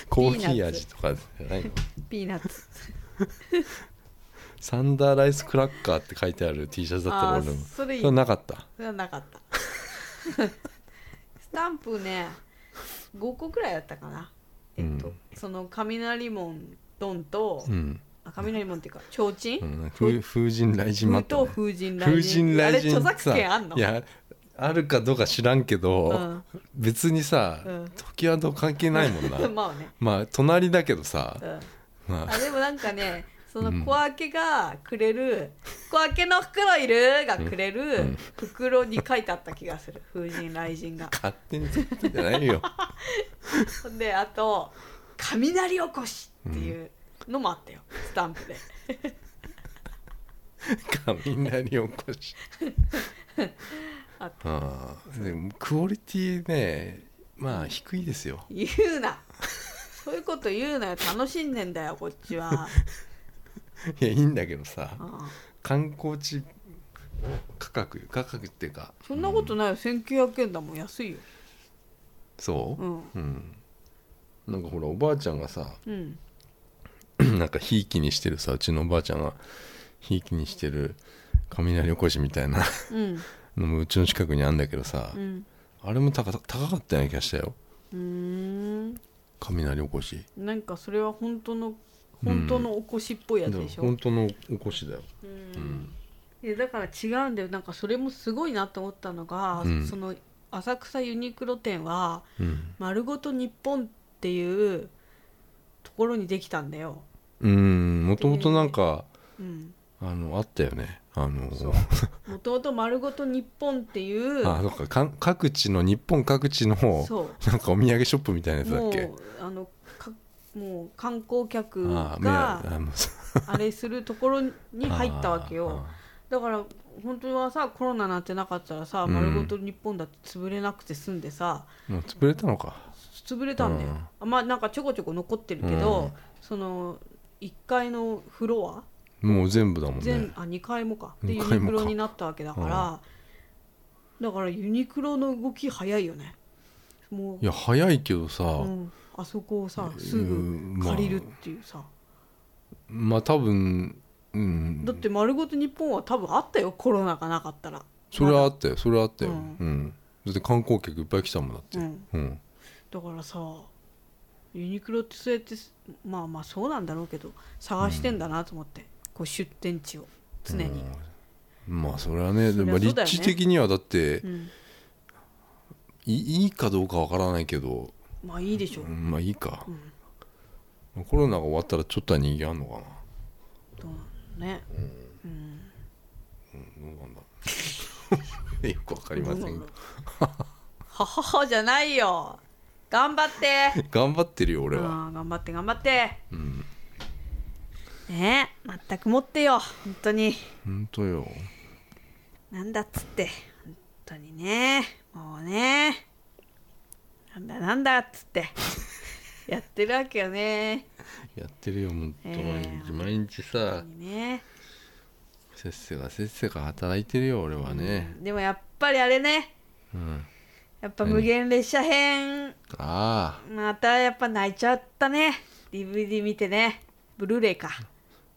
Speaker 2: コーヒー味とかじゃないの
Speaker 1: ピーナッツ
Speaker 2: サンダーライスクラッカーって書いてある T シャツだったら
Speaker 1: あ
Speaker 2: 俺も
Speaker 1: ーそれいい
Speaker 2: それなかった
Speaker 1: それはなかった *laughs* スタンプね5個くらいだったかなえっと、
Speaker 2: うん
Speaker 1: その雷門ドンと、
Speaker 2: うん、
Speaker 1: あ雷門っていうか提灯、
Speaker 2: うん、風風神雷神マッ
Speaker 1: 風
Speaker 2: ト、
Speaker 1: と
Speaker 2: ね、
Speaker 1: 風神
Speaker 2: 風
Speaker 1: 雷神
Speaker 2: 神雷
Speaker 1: あれ著
Speaker 2: 神
Speaker 1: 作権あんの
Speaker 2: いやあるかどうか知らんけど、
Speaker 1: うん
Speaker 2: 別にさ、
Speaker 1: うん
Speaker 2: 時はどう関係ないもん
Speaker 1: *laughs*
Speaker 2: な
Speaker 1: まあね、
Speaker 2: まあ隣だけどさ
Speaker 1: う、ん、
Speaker 2: まあ
Speaker 1: あでもなんかねその
Speaker 2: うん
Speaker 1: 小明けがくれる「小明けの袋いる?」がくれる袋に書いてあった気がする風神雷神が。
Speaker 2: 勝手に作ったんじゃないよ
Speaker 1: ほんであと「雷おこし」っていうのもあったよ、スタンプで。
Speaker 2: 雷おこし
Speaker 1: *laughs* あっ
Speaker 2: あーでもクオリティねまあ低いですよ
Speaker 1: 言うなそういうこと言うなよ楽しんでんだよこっちは、
Speaker 2: いやいいんだけどさ
Speaker 1: うん
Speaker 2: 観光地価格価格っていうか
Speaker 1: そんなことないよ1900円だもん安いよ
Speaker 2: そうう、
Speaker 1: ん
Speaker 2: うん、なんかほらおばあちゃんがさ *clears throat*
Speaker 1: うん
Speaker 2: なんかひいきにしてるさうちのおばあちゃんがひいきにしてる雷おこしみたいな
Speaker 1: うん
Speaker 2: のもうちの近くにあんだけどさ、
Speaker 1: うん
Speaker 2: あれも高高かったような気がしたよ
Speaker 1: うーん
Speaker 2: 雷おこし
Speaker 1: なんかそれは本当の本当のおこしっぽいやつでしょ、
Speaker 2: 本当のおこしだよ
Speaker 1: うんいやだから違うんだよなんかそれもすごいなと思ったのが、
Speaker 2: うん
Speaker 1: その浅草ユニクロ店は
Speaker 2: うん、
Speaker 1: 丸ごと日本っていうところにできたんだよ、
Speaker 2: うん、もともとなんか
Speaker 1: うん、
Speaker 2: あのあったよねあの
Speaker 1: そうもともと丸ごと日本っていう
Speaker 2: あそっかかん各地の日本各地の
Speaker 1: そう
Speaker 2: なんかお土産ショップみたいなやつだ
Speaker 1: も
Speaker 2: っ
Speaker 1: う
Speaker 2: け
Speaker 1: あのかもう観光客
Speaker 2: あ目
Speaker 1: が
Speaker 2: ああもう
Speaker 1: あれするところに入ったわけよ
Speaker 2: *laughs* あ
Speaker 1: だから本当はさコロナなんてなかったらさ
Speaker 2: うん
Speaker 1: 丸ごと日本だって潰れなくて済んでさ
Speaker 2: あもう潰れたのか
Speaker 1: 潰れたんだよ
Speaker 2: うん、
Speaker 1: あまあなんかちょこちょこ残ってるけ
Speaker 2: うん
Speaker 1: どその1階のフロ
Speaker 2: もう全部だもん
Speaker 1: ア
Speaker 2: ね
Speaker 1: 全、あ2階もかで
Speaker 2: 二
Speaker 1: ユ
Speaker 2: 階もか
Speaker 1: ニクロになったわけだからだからユニクロの動き早いよねも
Speaker 2: いや早いけどさ、
Speaker 1: う、うん、あそこをさすぐ借りるっていうさ、
Speaker 2: まあ多分うん
Speaker 1: だって丸ごと日本は多分あったよコロナがなかったら
Speaker 2: それはあったよそれはあったよ、う
Speaker 1: うんん
Speaker 2: だって観光客いっぱい来たもんだって
Speaker 1: うん
Speaker 2: うん、
Speaker 1: だからさユニクロってそうやってまあまあそうなんだろうけど探してんだなと思って、こう出店地を常に、
Speaker 2: まあそれはね
Speaker 1: そりゃ
Speaker 2: まあ
Speaker 1: そうだ
Speaker 2: 立
Speaker 1: よね
Speaker 2: 地的にはだって
Speaker 1: うん
Speaker 2: いいいかどうかわからないけど、
Speaker 1: まあいいでしょ
Speaker 2: うんまあいいか、
Speaker 1: うん
Speaker 2: コロナが終わったらちょっとは人気あんのかな
Speaker 1: どうなのね
Speaker 2: どうなんだろう *laughs* よくわかりませ *laughs* んが
Speaker 1: はははじゃないよ頑張って
Speaker 2: 頑張ってるよ俺は
Speaker 1: あ頑張って頑張って、ねえ全くもってよ本当に
Speaker 2: ほんとよ
Speaker 1: なんだっつって本当にねもうねなんだなんだっつって
Speaker 2: *laughs*
Speaker 1: やってるわけよね
Speaker 2: やってるよほんと
Speaker 1: え
Speaker 2: 毎
Speaker 1: え
Speaker 2: 日毎日さ
Speaker 1: ね
Speaker 2: せっせがせっせが働いてるよ俺はね
Speaker 1: でもやっぱりあれね
Speaker 2: うん
Speaker 1: やっぱ無限列車編
Speaker 2: ああ
Speaker 1: またやっぱ泣いちゃったね DVD 見てねブルーレイか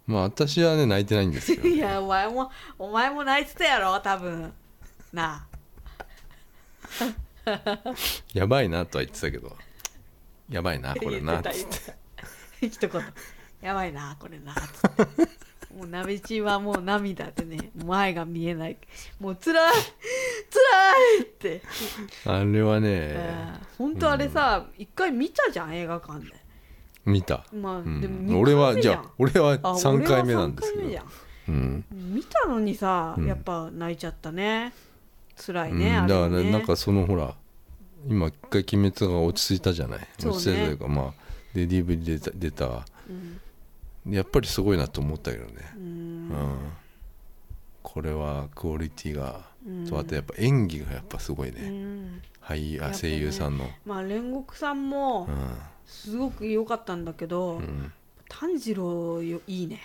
Speaker 2: まあ私はね泣いてないん *laughs* ですよ
Speaker 1: いやお前もお前も泣いてたやろ多分なあ
Speaker 2: やばいなとは言ってたけどやばいなこれ *laughs* な
Speaker 1: 言っ
Speaker 2: つ
Speaker 1: て
Speaker 2: ったて
Speaker 1: 言ってた一言やばいなこれなつってもう鍋ちんはもう涙でね前が見えないもう辛い辛いって、
Speaker 2: あれはね
Speaker 1: 本当ほんとあれさ一、回見たじゃん映画館で
Speaker 2: 見た、
Speaker 1: まあ、
Speaker 2: うん
Speaker 1: でも二回目
Speaker 2: 俺はじゃ
Speaker 1: ん
Speaker 2: あ俺は
Speaker 1: あ
Speaker 2: 3回目なんですけ
Speaker 1: 俺
Speaker 2: ど
Speaker 1: は三
Speaker 2: うん
Speaker 1: 回目じゃん見たのにさ、
Speaker 2: うん
Speaker 1: やっぱ泣いちゃったね辛い
Speaker 2: うん
Speaker 1: ね、あれ
Speaker 2: だから
Speaker 1: はね
Speaker 2: なんかそのほら今一回「鬼滅」が落ち着いたじゃない、
Speaker 1: そうね
Speaker 2: 落ち着いたというかまあで DVD 出た出た
Speaker 1: うん
Speaker 2: やっぱりすごいなと思ったけどね、
Speaker 1: う
Speaker 2: うんんこれはクオリティが、
Speaker 1: うん
Speaker 2: とあとやっぱ演技がやっぱすごいね、
Speaker 1: うん
Speaker 2: 俳優
Speaker 1: やっ
Speaker 2: あ
Speaker 1: ぱね
Speaker 2: 声優さんの、
Speaker 1: まあ煉獄さんもすごく良かったんだけど、
Speaker 2: うん、うん、
Speaker 1: 炭治郎よいいね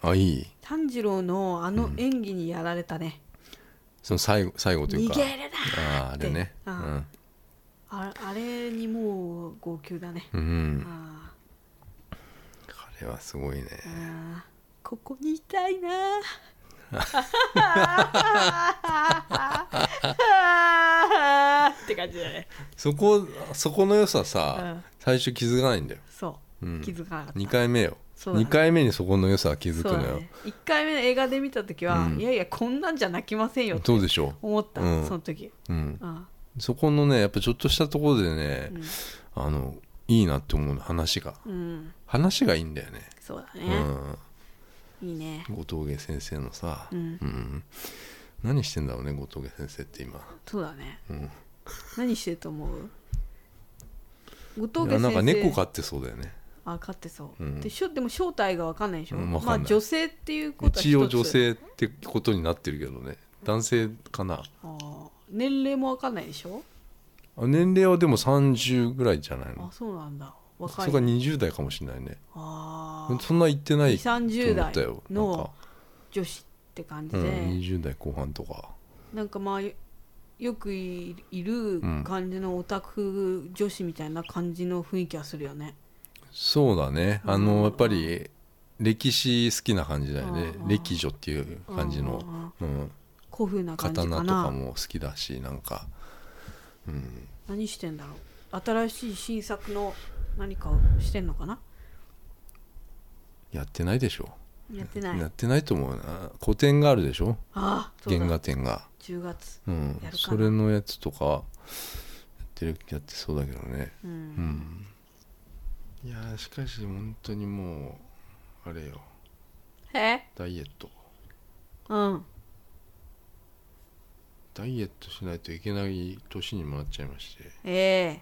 Speaker 2: あいい
Speaker 1: 炭治郎のあの演技にやられたね、
Speaker 2: その最後最後という
Speaker 1: 逃
Speaker 2: か
Speaker 1: げれな
Speaker 2: あーあれね
Speaker 1: ってあああれにもう号泣だね、
Speaker 2: うん、うん、
Speaker 1: あ
Speaker 2: あれはすごいね
Speaker 1: ーあーここにいたいな
Speaker 2: *laughs*
Speaker 1: ーって感じだね
Speaker 2: そこそこの良ささ、
Speaker 1: うん
Speaker 2: 最初気づかないんだよ
Speaker 1: そう、
Speaker 2: うん
Speaker 1: 気づかなかった
Speaker 2: 2回目よ、
Speaker 1: そうだね
Speaker 2: 二2回目にそこの良さは気づく
Speaker 1: そう
Speaker 2: の
Speaker 1: だ
Speaker 2: よ、
Speaker 1: ね1回目の映画で見た時は、
Speaker 2: うん
Speaker 1: いやいやこんなんじゃ泣きませんよって
Speaker 2: どうでしょ
Speaker 1: 思った、
Speaker 2: うん
Speaker 1: その時
Speaker 2: う、うん、
Speaker 1: あ
Speaker 2: そこのねやっぱちょっとしたところでね、あのいいなって思うの話が
Speaker 1: ーうん
Speaker 2: 話がいいんだよね
Speaker 1: そうだ
Speaker 2: う
Speaker 1: ね、
Speaker 2: ん
Speaker 1: いいね
Speaker 2: 後藤家先生のさ、
Speaker 1: うん
Speaker 2: 何してんだろうね後藤家先生って今、
Speaker 1: そうだね
Speaker 2: うん、
Speaker 1: 何してると思う後
Speaker 2: い
Speaker 1: 藤家先
Speaker 2: や
Speaker 1: 生
Speaker 2: なんか猫飼ってそうだよね
Speaker 1: あ飼ってそう、
Speaker 2: うん
Speaker 1: でしょでも正体が分かんないでしょ、
Speaker 2: うんわかん
Speaker 1: まあ
Speaker 2: ない
Speaker 1: 女性っていうことは
Speaker 2: 一応
Speaker 1: つ
Speaker 2: 女性ってことになってるけどね男性かな
Speaker 1: あー年齢も分かんないでしょ
Speaker 2: あ年齢はでも30ぐらいじゃない
Speaker 1: あ
Speaker 2: の
Speaker 1: そうなんだ
Speaker 2: そ
Speaker 1: 若
Speaker 2: れが
Speaker 1: い
Speaker 2: 20代かもしれないね
Speaker 1: あー
Speaker 2: そんな言ってないと思
Speaker 1: 20
Speaker 2: ったよ
Speaker 1: 代の
Speaker 2: なんか
Speaker 1: 女子って感じ
Speaker 2: う
Speaker 1: で、
Speaker 2: ん、20代後半とか
Speaker 1: なんかまあよよくいいる感じのオタク女子みたいな感じの雰囲気はするよね、
Speaker 2: そうだねあ
Speaker 1: うん
Speaker 2: のやっぱり歴史好きな感じだよね
Speaker 1: うん
Speaker 2: 歴女っていう感じの、うん、
Speaker 1: 古風な感じか
Speaker 2: 刀
Speaker 1: な
Speaker 2: とかも好きだしなんか、うん、
Speaker 1: 何してんだろう新しい新作の何かをしてんのかな
Speaker 2: やってないでしょ
Speaker 1: やってない
Speaker 2: やっ
Speaker 1: あ
Speaker 2: てないと思うな古典があるでしょ
Speaker 1: あそう
Speaker 2: 原
Speaker 1: だ
Speaker 2: 画展が、
Speaker 1: 10月
Speaker 2: うん
Speaker 1: やるかな、
Speaker 2: それのやつとかやってるやってそうだけどね
Speaker 1: うん、
Speaker 2: うんいやーしかし本当にもうあれよ
Speaker 1: え
Speaker 2: ダイエット
Speaker 1: うん
Speaker 2: ダイエットしないといけない年にもなっちゃいまして
Speaker 1: え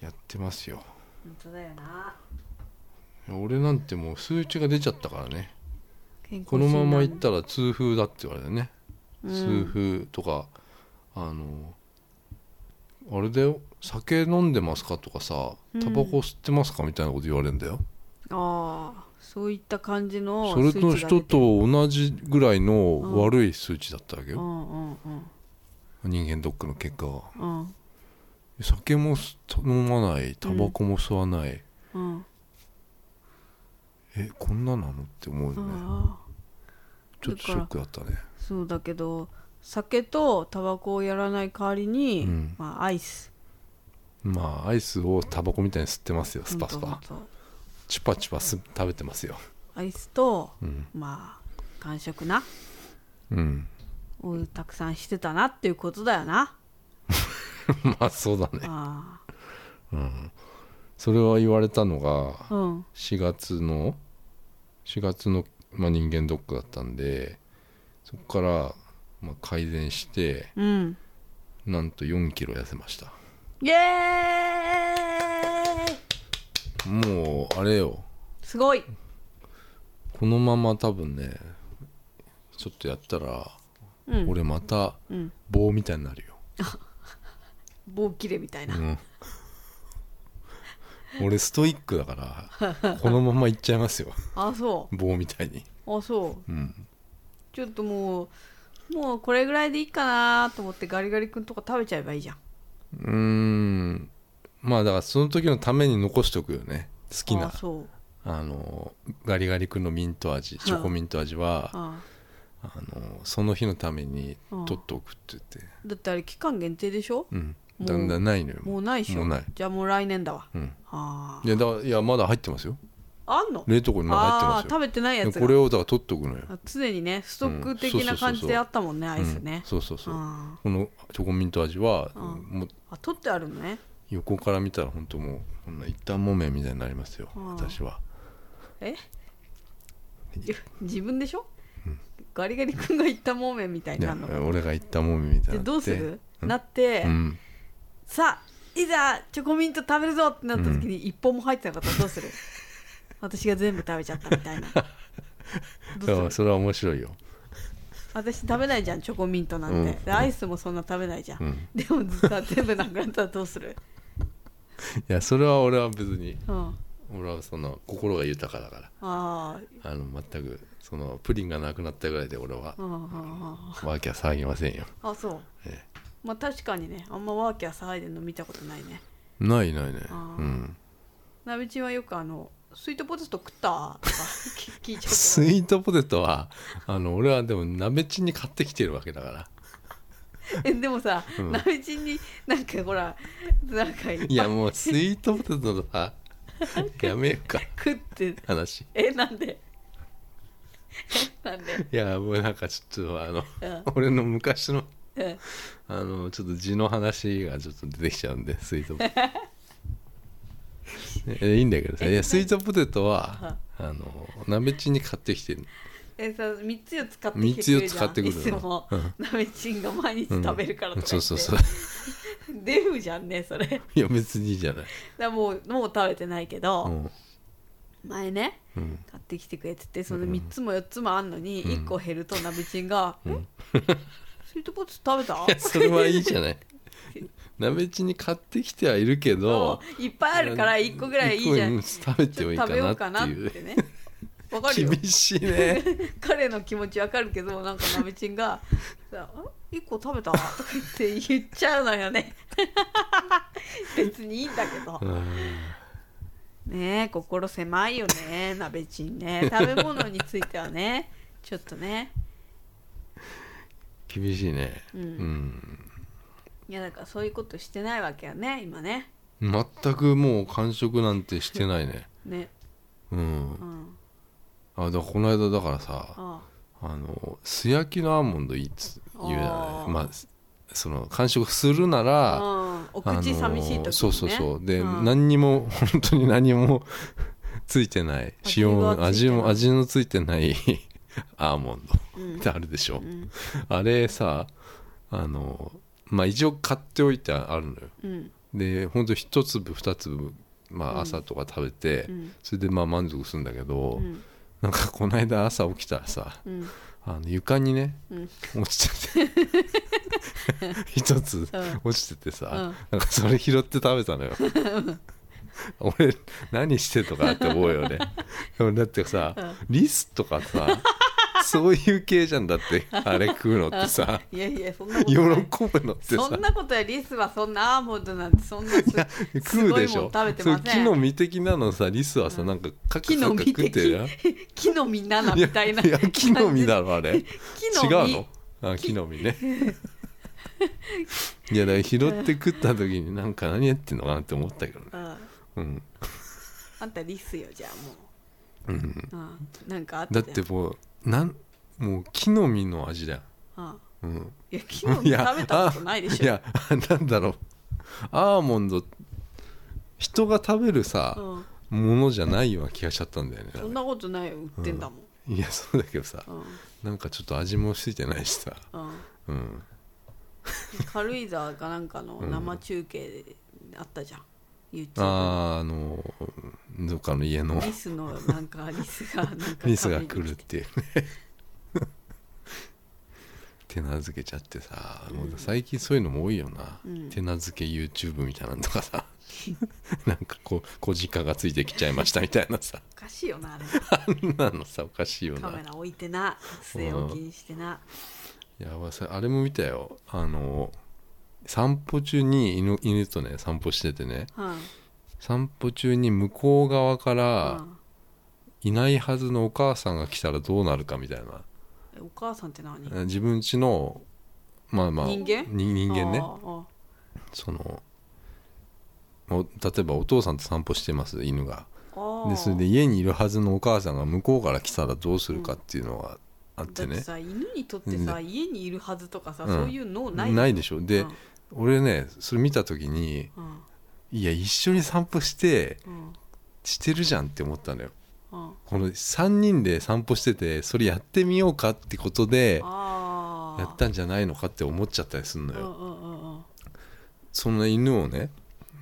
Speaker 1: え
Speaker 2: やってますよ
Speaker 1: 本当だよな
Speaker 2: 俺なんてもう数値が出ちゃったからね
Speaker 1: 健康
Speaker 2: このままいっ
Speaker 1: 診
Speaker 2: たら痛風だって言われてね、
Speaker 1: 断
Speaker 2: 痛風とかあのあれだよ酒飲んでますかとかさ
Speaker 1: うん
Speaker 2: タバコ吸ってますかみたいなこと言われるんだよ、
Speaker 1: うん、ああそういった感じの
Speaker 2: それ
Speaker 1: 数
Speaker 2: と
Speaker 1: 値が出
Speaker 2: 人
Speaker 1: てる
Speaker 2: と同じぐらいの悪い数値だったわけ
Speaker 1: う
Speaker 2: よ、
Speaker 1: んうんうん
Speaker 2: 人間ドックの結果が
Speaker 1: うん
Speaker 2: 酒も吸飲まないタバコも吸わない、
Speaker 1: うん
Speaker 2: えこんななのって思うよね、
Speaker 1: ああ
Speaker 2: ちょっとショックだったね
Speaker 1: そうだけど酒とタバコをやらない代わりに、
Speaker 2: うん
Speaker 1: まあ、アイス
Speaker 2: まあアイスをタバコみたいに吸ってますよスパス
Speaker 1: ほん
Speaker 2: パ
Speaker 1: とほんと
Speaker 2: チュパチュパす食べてますよ
Speaker 1: アイスと
Speaker 2: うん、
Speaker 1: まあ間食な
Speaker 2: うん、 *laughs*
Speaker 1: をたくさんしてたなっていうことだよな
Speaker 2: まあそうだね
Speaker 1: ああ
Speaker 2: うんそれは言われたのが
Speaker 1: うん
Speaker 2: 4月の4月の、まあ、人間ドックだったんでそこから、まあ、改善して
Speaker 1: うん
Speaker 2: なんと4キロ痩せました
Speaker 1: イエーイ
Speaker 2: もうあれよ
Speaker 1: すごい
Speaker 2: このまま多分ねちょっとやったら、
Speaker 1: うん
Speaker 2: 俺また
Speaker 1: うん
Speaker 2: 棒みたいになるよ、
Speaker 1: 棒切れみたいな、
Speaker 2: うん、俺ストイックだからこのままいっちゃいますよ
Speaker 1: あそ
Speaker 2: 棒みたいに、
Speaker 1: うあそう
Speaker 2: うん、
Speaker 1: ちょっともうもうこれぐらいでいいかなと思ってガリガリ君とか食べちゃえばいいじゃん
Speaker 2: うーんまあだからその時のために残しとくよね好き
Speaker 1: あ
Speaker 2: な
Speaker 1: そう
Speaker 2: あのガリガリ君のミント味チョコミント味は
Speaker 1: あ
Speaker 2: あのその日のために取っておくって言って、
Speaker 1: だってあれ期間限定でしょ
Speaker 2: うん、
Speaker 1: もう
Speaker 2: だんだんないのよ
Speaker 1: もうないでしょ
Speaker 2: もうない
Speaker 1: じゃあもう来年だわ、
Speaker 2: うん
Speaker 1: あ
Speaker 2: いやだいやまだ入ってますよ
Speaker 1: ああんの
Speaker 2: 冷凍庫にまだ入
Speaker 1: あ
Speaker 2: って
Speaker 1: ー
Speaker 2: ますよ
Speaker 1: 食べてないやつが
Speaker 2: これをだから取っとくのよ
Speaker 1: あ常にねストック
Speaker 2: うん
Speaker 1: 的
Speaker 2: そうそうそうそ
Speaker 1: な
Speaker 2: う
Speaker 1: 感じであったもんね、アイス
Speaker 2: うん
Speaker 1: ね、
Speaker 2: そうそうそう
Speaker 1: あ
Speaker 2: このチョコミント味は、
Speaker 1: うん
Speaker 2: もう
Speaker 1: ーあ取ってあるのね
Speaker 2: 横から見たら本当もうこんな一旦木綿みたいになりますよ、
Speaker 1: うん
Speaker 2: 私は
Speaker 1: えいや自分でしょ、ガリガリ君が言ったもんめみたい
Speaker 2: い
Speaker 1: にな
Speaker 2: や
Speaker 1: るの
Speaker 2: 俺が一旦木綿みた
Speaker 1: で
Speaker 2: いになって
Speaker 1: どうする、
Speaker 2: うん
Speaker 1: なって、
Speaker 2: うん
Speaker 1: さあいざチョコミント食べるぞってなった時に一本も入ってなかったらどうす
Speaker 2: *laughs*
Speaker 1: る私が全部食べちゃったみたいな
Speaker 2: だか
Speaker 1: どう
Speaker 2: ら
Speaker 1: する
Speaker 2: それは面白いよ
Speaker 1: 私食べないじゃんチョコミントなんて、
Speaker 2: うん
Speaker 1: でアイスもそんな食べないじゃん、
Speaker 2: うん
Speaker 1: でもさ全部なくなったらどうする、
Speaker 2: いやそれは俺は別に
Speaker 1: うん、あ
Speaker 2: 俺はその心が豊かだから
Speaker 1: あー
Speaker 2: あの全くそのプリンがなくなったぐらいで俺は
Speaker 1: うんうんうん
Speaker 2: ワーキャー騒ぎませんよ
Speaker 1: あそう
Speaker 2: え
Speaker 1: まあ確かにねあんまワーキャー騒いでるの見たことないね
Speaker 2: ないないねう
Speaker 1: あー
Speaker 2: ん
Speaker 1: なべちんはよくあのスイートポテト食ったとか *laughs* 聞いちゃうけど
Speaker 2: スイートポテトはあの俺はでもなべちんに買ってきてるわけだから
Speaker 1: え
Speaker 2: *laughs*
Speaker 1: でもさ、
Speaker 2: うん
Speaker 1: なべちんになんかほらなんかいっぱい
Speaker 2: いやもうスイートポテトのさやめようか
Speaker 1: 食って
Speaker 2: 話
Speaker 1: えなんで *laughs* えなんで
Speaker 2: いやもうなんかちょっとあの
Speaker 1: うん
Speaker 2: 俺の昔の
Speaker 1: うん
Speaker 2: あのちょっと字の話がちょっと出てきちゃうんでスイートポ
Speaker 1: *laughs*
Speaker 2: テトえいいんだけどさいやスイートポテトはあの鍋ちんに買ってきてる
Speaker 1: えさ3つ4つ買って
Speaker 2: 3
Speaker 1: き
Speaker 2: つ
Speaker 1: てく
Speaker 2: 4
Speaker 1: る
Speaker 2: つ
Speaker 1: じゃ
Speaker 2: 買
Speaker 1: ん
Speaker 2: ってくるの
Speaker 1: いつも
Speaker 2: うん
Speaker 1: なべちんが毎日
Speaker 2: うん
Speaker 1: 食べるからとか
Speaker 2: そ
Speaker 1: 言
Speaker 2: う
Speaker 1: って、
Speaker 2: そうそう
Speaker 1: デフじゃんねそれだか
Speaker 2: いや別にいいじゃない
Speaker 1: らもうもう食べてないけ
Speaker 2: う
Speaker 1: ど、
Speaker 2: ん
Speaker 1: 前ね
Speaker 2: うん
Speaker 1: 買ってきてくれててその3つも4つもあんのに1個減るとなべちんが「えスイートポテト食べた?
Speaker 2: いや」それはいいじゃない鍋ちんに買ってきてはいるけど
Speaker 1: そういっぱいあるから1個ぐらいいいじゃん
Speaker 2: 一個うん食べてもいい
Speaker 1: 食べよう
Speaker 2: か
Speaker 1: かな
Speaker 2: なっ
Speaker 1: ってて
Speaker 2: いう
Speaker 1: ねわかるよ
Speaker 2: 厳し
Speaker 1: *laughs*
Speaker 2: いね
Speaker 1: 彼の気持ちわかるけどなんかなべちんが「さあ1個食べた?」とか言って言っちゃうのよね *laughs* 別にいいんだけど
Speaker 2: うん
Speaker 1: ねえ心狭いよねなべちんね食べ物についてはねちょっとね
Speaker 2: 厳しいね
Speaker 1: うん
Speaker 2: うん
Speaker 1: いやだからそういうことしてないわけよね今ね
Speaker 2: 全くもう完食なんてしてないね
Speaker 1: ね
Speaker 2: うん
Speaker 1: うん
Speaker 2: あだからこの間だからさ
Speaker 1: あ
Speaker 2: あの素焼きのアーモンドいいっつ言うじゃな
Speaker 1: あー
Speaker 2: いまあその完食するな
Speaker 1: あ
Speaker 2: ら
Speaker 1: うんお
Speaker 2: あの
Speaker 1: 口寂しい時に、ね、
Speaker 2: そうそうそうで、
Speaker 1: うん
Speaker 2: 何にも本当に何も *laughs* ついてない
Speaker 1: 味
Speaker 2: 塩
Speaker 1: がついて
Speaker 2: も
Speaker 1: ない
Speaker 2: 味も味のついてない *laughs* アーモン
Speaker 1: うん
Speaker 2: ドってあるでしょ、
Speaker 1: うん
Speaker 2: あれさあのまあ一応買っておいてあるのよ
Speaker 1: うん
Speaker 2: でほんと一粒二粒ま
Speaker 1: うん
Speaker 2: あ朝とか食べて、
Speaker 1: うん
Speaker 2: それでまあ満足するんだけ
Speaker 1: う
Speaker 2: ど、
Speaker 1: ん
Speaker 2: なんかこの間朝起きたらさ
Speaker 1: うん
Speaker 2: あの床にね
Speaker 1: うん
Speaker 2: 落ちてて一つ
Speaker 1: うん
Speaker 2: 落ちててさ、なんかそれ拾って食べ
Speaker 1: *laughs*
Speaker 2: たのよ俺何してとかって思うよねでもだってさ、リスとかさそういう系じゃんだってあれ食うのってさ
Speaker 1: いやいや *laughs* そんなこと
Speaker 2: 喜ぶ
Speaker 1: ない
Speaker 2: のって
Speaker 1: そ
Speaker 2: さ
Speaker 1: んなことやリスはそんなアーモンドなんてそんなす
Speaker 2: いや *laughs* 食うでしょ
Speaker 1: すごいもん食べて
Speaker 2: そう
Speaker 1: ません
Speaker 2: 木の実的なのさリスはさ、なんかカク
Speaker 1: 木
Speaker 2: カ
Speaker 1: の実
Speaker 2: ク食ってるじゃん
Speaker 1: 的木の実な *laughs* のみたいない
Speaker 2: やいや木の実だろあ
Speaker 1: *laughs*
Speaker 2: れ
Speaker 1: 木の実
Speaker 2: 違うのあ木の
Speaker 1: *laughs*
Speaker 2: 実ねいやだから拾って食った時になんか何やってんのかなって思ったけどね
Speaker 1: うん
Speaker 2: うん、
Speaker 1: あんたリスよじゃ
Speaker 2: うん、
Speaker 1: あもう、うん、なんかあった
Speaker 2: だっ
Speaker 1: じゃん
Speaker 2: てもうなんもう木の実の味だよ、
Speaker 1: うん
Speaker 2: うん、
Speaker 1: いや木の実食べたことないでしょ
Speaker 2: いやあいやなんだろうアーモンド人が食べるさ、
Speaker 1: うん、
Speaker 2: ものじゃないような気がしちゃったんだよね
Speaker 1: そんなことないよ売ってんだもん、
Speaker 2: いやそうだけどさ
Speaker 1: うん
Speaker 2: なんかちょっと味もついてないしさ
Speaker 1: うん
Speaker 2: うん
Speaker 1: 軽井沢かなんかの生中継あったじゃん、YouTube
Speaker 2: あーあのどっかの家の *laughs*
Speaker 1: リスのなんかリスがなんか食べに来
Speaker 2: ミス
Speaker 1: て
Speaker 2: が来るっていう *laughs* ね手なずけちゃってさ、もう最近そういうのも多いよな、
Speaker 1: うん
Speaker 2: 手なずけ YouTube みたいなのと
Speaker 1: *laughs*
Speaker 2: かさなんかこう小鹿がついてきちゃいましたみたいな
Speaker 1: *laughs*
Speaker 2: さ
Speaker 1: おかしいよなあれ
Speaker 2: あんなのさおかしいよ
Speaker 1: カ
Speaker 2: な
Speaker 1: メラ置いてな据え置きにしてな、
Speaker 2: やばさあれも見たよあの散歩中に犬犬とね散歩しててね
Speaker 1: うんうん
Speaker 2: 散歩中に向こう側からいないはずのお母さんが来たらどうなるかみたいな
Speaker 1: えお母さんって何、
Speaker 2: 自分家のまあまあ
Speaker 1: 人間
Speaker 2: に人間ね
Speaker 1: ああああ
Speaker 2: そのお例えばお父さんと散歩してます犬が
Speaker 1: ああ
Speaker 2: でそれで家にいるはずのお母さんが向こうから来たらどうするかっていうのがあって
Speaker 1: だっ
Speaker 2: ね
Speaker 1: て、さ犬にとってさ、
Speaker 2: う
Speaker 1: 家にいるはずとかさ、
Speaker 2: うん
Speaker 1: そういう脳ない
Speaker 2: ないでしょで、
Speaker 1: うん
Speaker 2: 俺ねそれ見た時に
Speaker 1: うん
Speaker 2: いや一緒に散歩して
Speaker 1: うん
Speaker 2: してるじゃんって思ったのよ
Speaker 1: うん
Speaker 2: この3人で散歩しててそれやってみようかってことで
Speaker 1: ああ
Speaker 2: やったんじゃないのかって思っちゃったりするの
Speaker 1: う
Speaker 2: よ
Speaker 1: んうんうんうん
Speaker 2: そんな犬をね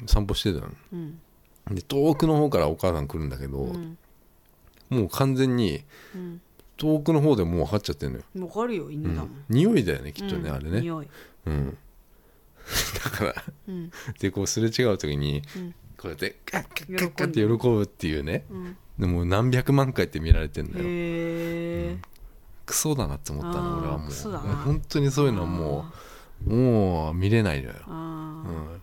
Speaker 2: 散歩してたの
Speaker 1: うん
Speaker 2: で遠くの方からお母さん来るんだけど、
Speaker 1: うん
Speaker 2: もう完全に
Speaker 1: うん
Speaker 2: 遠くの方でもう分かっちゃってるのよ、
Speaker 1: わかるよ
Speaker 2: う
Speaker 1: 犬だもん、
Speaker 2: ん、匂いだよねきっとね、
Speaker 1: うん
Speaker 2: あれね
Speaker 1: 匂い、
Speaker 2: うん *laughs* だから
Speaker 1: うん
Speaker 2: でこうすれ違う時に
Speaker 1: うん
Speaker 2: こうやってカッカッカ
Speaker 1: 喜ん
Speaker 2: ッカッって
Speaker 1: でる
Speaker 2: 喜ぶっていうね
Speaker 1: うん、
Speaker 2: でもう何百万回って見られてんだよ
Speaker 1: へえ、
Speaker 2: クソだなって思った
Speaker 1: あー
Speaker 2: の俺はも
Speaker 1: クソ
Speaker 2: う
Speaker 1: だな
Speaker 2: 本当にそういうのはもうもう見れないのよ、
Speaker 1: あ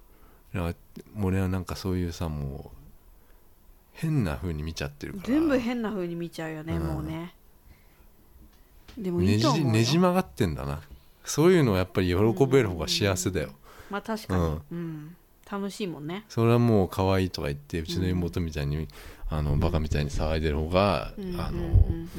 Speaker 2: う
Speaker 1: ー、
Speaker 2: ん、だから俺はなんかそういうさもう変な風に見ちゃってるから
Speaker 1: 全部変な風に見ちゃうよね、
Speaker 2: うん
Speaker 1: もうねでもい
Speaker 2: ね
Speaker 1: いと
Speaker 2: じ
Speaker 1: 思うよ
Speaker 2: ねじ曲がってんだなそういうのはやっぱり喜べる方が幸せだよ、
Speaker 1: まあ確かに、うん楽しいもんね
Speaker 2: それはもう可愛いとか言ってうちの妹みたいに、あのバカみたいに騒いでる方が、
Speaker 1: うん
Speaker 2: あの、
Speaker 1: うん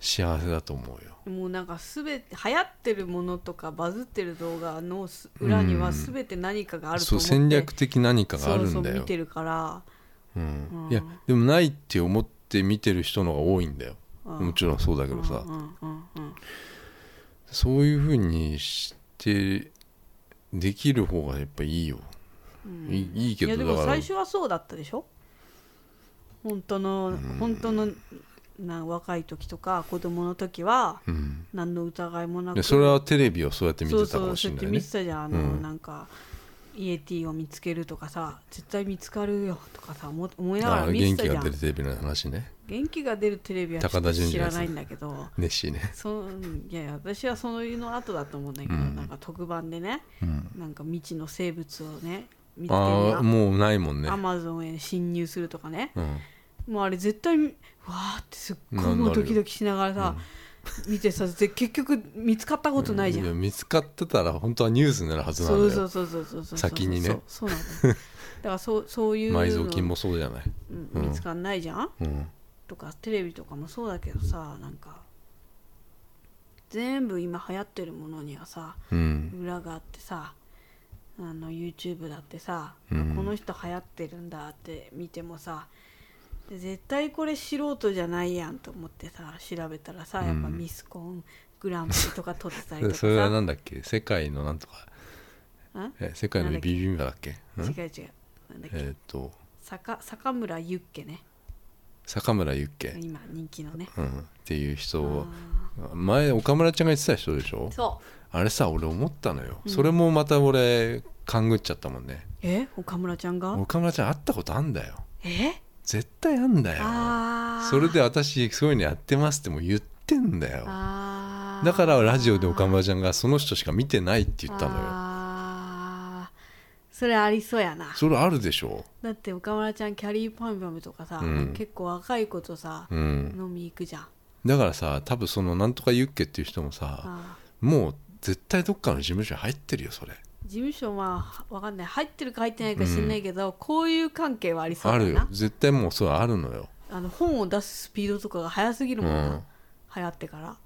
Speaker 2: 幸せだと思うよ
Speaker 1: うんもうなんかすべて流行ってるものとかバズってる動画のす裏にはすべて何かがあると
Speaker 2: そ
Speaker 1: 思
Speaker 2: う
Speaker 1: って、
Speaker 2: 戦略的何かがある
Speaker 1: そ
Speaker 2: ん
Speaker 1: うそ
Speaker 2: だ
Speaker 1: う見
Speaker 2: よ
Speaker 1: てるから、
Speaker 2: うん
Speaker 1: うん
Speaker 2: いやでもないって思って見てる人の方が多いんだよ、
Speaker 1: うん
Speaker 2: もちろんそうだけどさ、
Speaker 1: うんうんうん
Speaker 2: そういう風にしてできる方がやっぱいいよ、
Speaker 1: うん
Speaker 2: いいいけ
Speaker 1: いやで
Speaker 2: ど
Speaker 1: も
Speaker 2: だから
Speaker 1: 最初はそうだったでしょ本当の本当のな若い時とか子供の時は
Speaker 2: うん、
Speaker 1: 何の疑いもな
Speaker 2: で
Speaker 1: く
Speaker 2: それはテレビをそうやって見
Speaker 1: そう
Speaker 2: てた
Speaker 1: そ
Speaker 2: かも
Speaker 1: う
Speaker 2: し
Speaker 1: そうやっ
Speaker 2: れな
Speaker 1: て
Speaker 2: い
Speaker 1: 見
Speaker 2: ね
Speaker 1: てたじゃんあの、
Speaker 2: うん
Speaker 1: なんかイエティを見つけるとかさ絶対見つかるよとかさ思思いながら
Speaker 2: あ
Speaker 1: 見
Speaker 2: 元
Speaker 1: てた
Speaker 2: 気
Speaker 1: じゃ
Speaker 2: が
Speaker 1: ん
Speaker 2: 出
Speaker 1: 元
Speaker 2: る
Speaker 1: 気
Speaker 2: テレビの話ね
Speaker 1: が出るテレビはちょっ
Speaker 2: 高田
Speaker 1: と
Speaker 2: 純
Speaker 1: 知
Speaker 2: 次の
Speaker 1: ら
Speaker 2: やつ
Speaker 1: ないんだけど
Speaker 2: 熱心ね、
Speaker 1: そんいやいや私はそのいうの後だと思うんだけど、
Speaker 2: うん
Speaker 1: なんか特番でね
Speaker 2: うん、
Speaker 1: なんか未知の生物をね見つける
Speaker 2: ああ
Speaker 1: な
Speaker 2: もうないもんね
Speaker 1: ア、マゾンへ侵入するとかね
Speaker 2: うん、
Speaker 1: もうあれ絶対わーってすっごい
Speaker 2: な
Speaker 1: も
Speaker 2: な
Speaker 1: う
Speaker 2: るよ
Speaker 1: ドキドキしながらさ、見てさぜ結局見つかったことないじゃん、
Speaker 2: や見つかってたら本当はニュースになるはずなんだ
Speaker 1: そ
Speaker 2: よ
Speaker 1: うそうそうそうそうそう
Speaker 2: 先にね
Speaker 1: そうそうなんだよだからそうそういうの
Speaker 2: 埋蔵金もそうじゃない、
Speaker 1: うん
Speaker 2: うん
Speaker 1: 見つかんないじゃん、
Speaker 2: うん、
Speaker 1: とかテレビとかもそうだけどさなんか全部今流行ってるものにはさ
Speaker 2: うん、
Speaker 1: 裏があってさあの YouTube だってさ、
Speaker 2: うん
Speaker 1: この人流行ってるんだって見てもさ絶対これ素人じゃないやんと思ってさ調べたらさやっぱミスコングランプリとか撮ってたりとかさ
Speaker 2: *laughs* それはなんだっけ世界のなんとか
Speaker 1: ん
Speaker 2: え世界のビビンバだっけ
Speaker 1: 違う
Speaker 2: うん
Speaker 1: 違うなんだっけ、
Speaker 2: えーっと
Speaker 1: 坂坂村ユッケね
Speaker 2: 坂村ユッケ、
Speaker 1: 今人気のね
Speaker 2: うん、っていう人を
Speaker 1: あ
Speaker 2: 前岡村ちゃんが言ってた人でしょ
Speaker 1: ーそう
Speaker 2: あれさ俺思ったのよ、それもまた俺勘ぐっちゃったもんね
Speaker 1: え岡村ちゃんが
Speaker 2: 岡村ちゃん会ったことあんだよ
Speaker 1: え
Speaker 2: 絶対あんだよ
Speaker 1: あー
Speaker 2: それで私そういうのやってますってもう言ってんだよ
Speaker 1: あー
Speaker 2: だからラジオで岡村ちゃんがその人しか見てないって言ったのよ
Speaker 1: あーそれありそうやな
Speaker 2: それあるでしょ
Speaker 1: だって岡村ちゃんキャリーパンパムとかさ、
Speaker 2: うん
Speaker 1: 結構若い子とさ、
Speaker 2: うん
Speaker 1: 飲み行くじゃん
Speaker 2: だからさ多分そのなんとかユッケっていう人もさ
Speaker 1: あー
Speaker 2: もう絶対どっかの事務所に入ってるよそれ
Speaker 1: 事務所はわかんない入ってるか入ってないか知んないけど、こういう関係はありそう
Speaker 2: あ
Speaker 1: だ
Speaker 2: る
Speaker 1: な
Speaker 2: よ絶対もうそれあるのよ
Speaker 1: あの本を出すスピードとかが速すぎるもんな、
Speaker 2: うん
Speaker 1: 流行ってから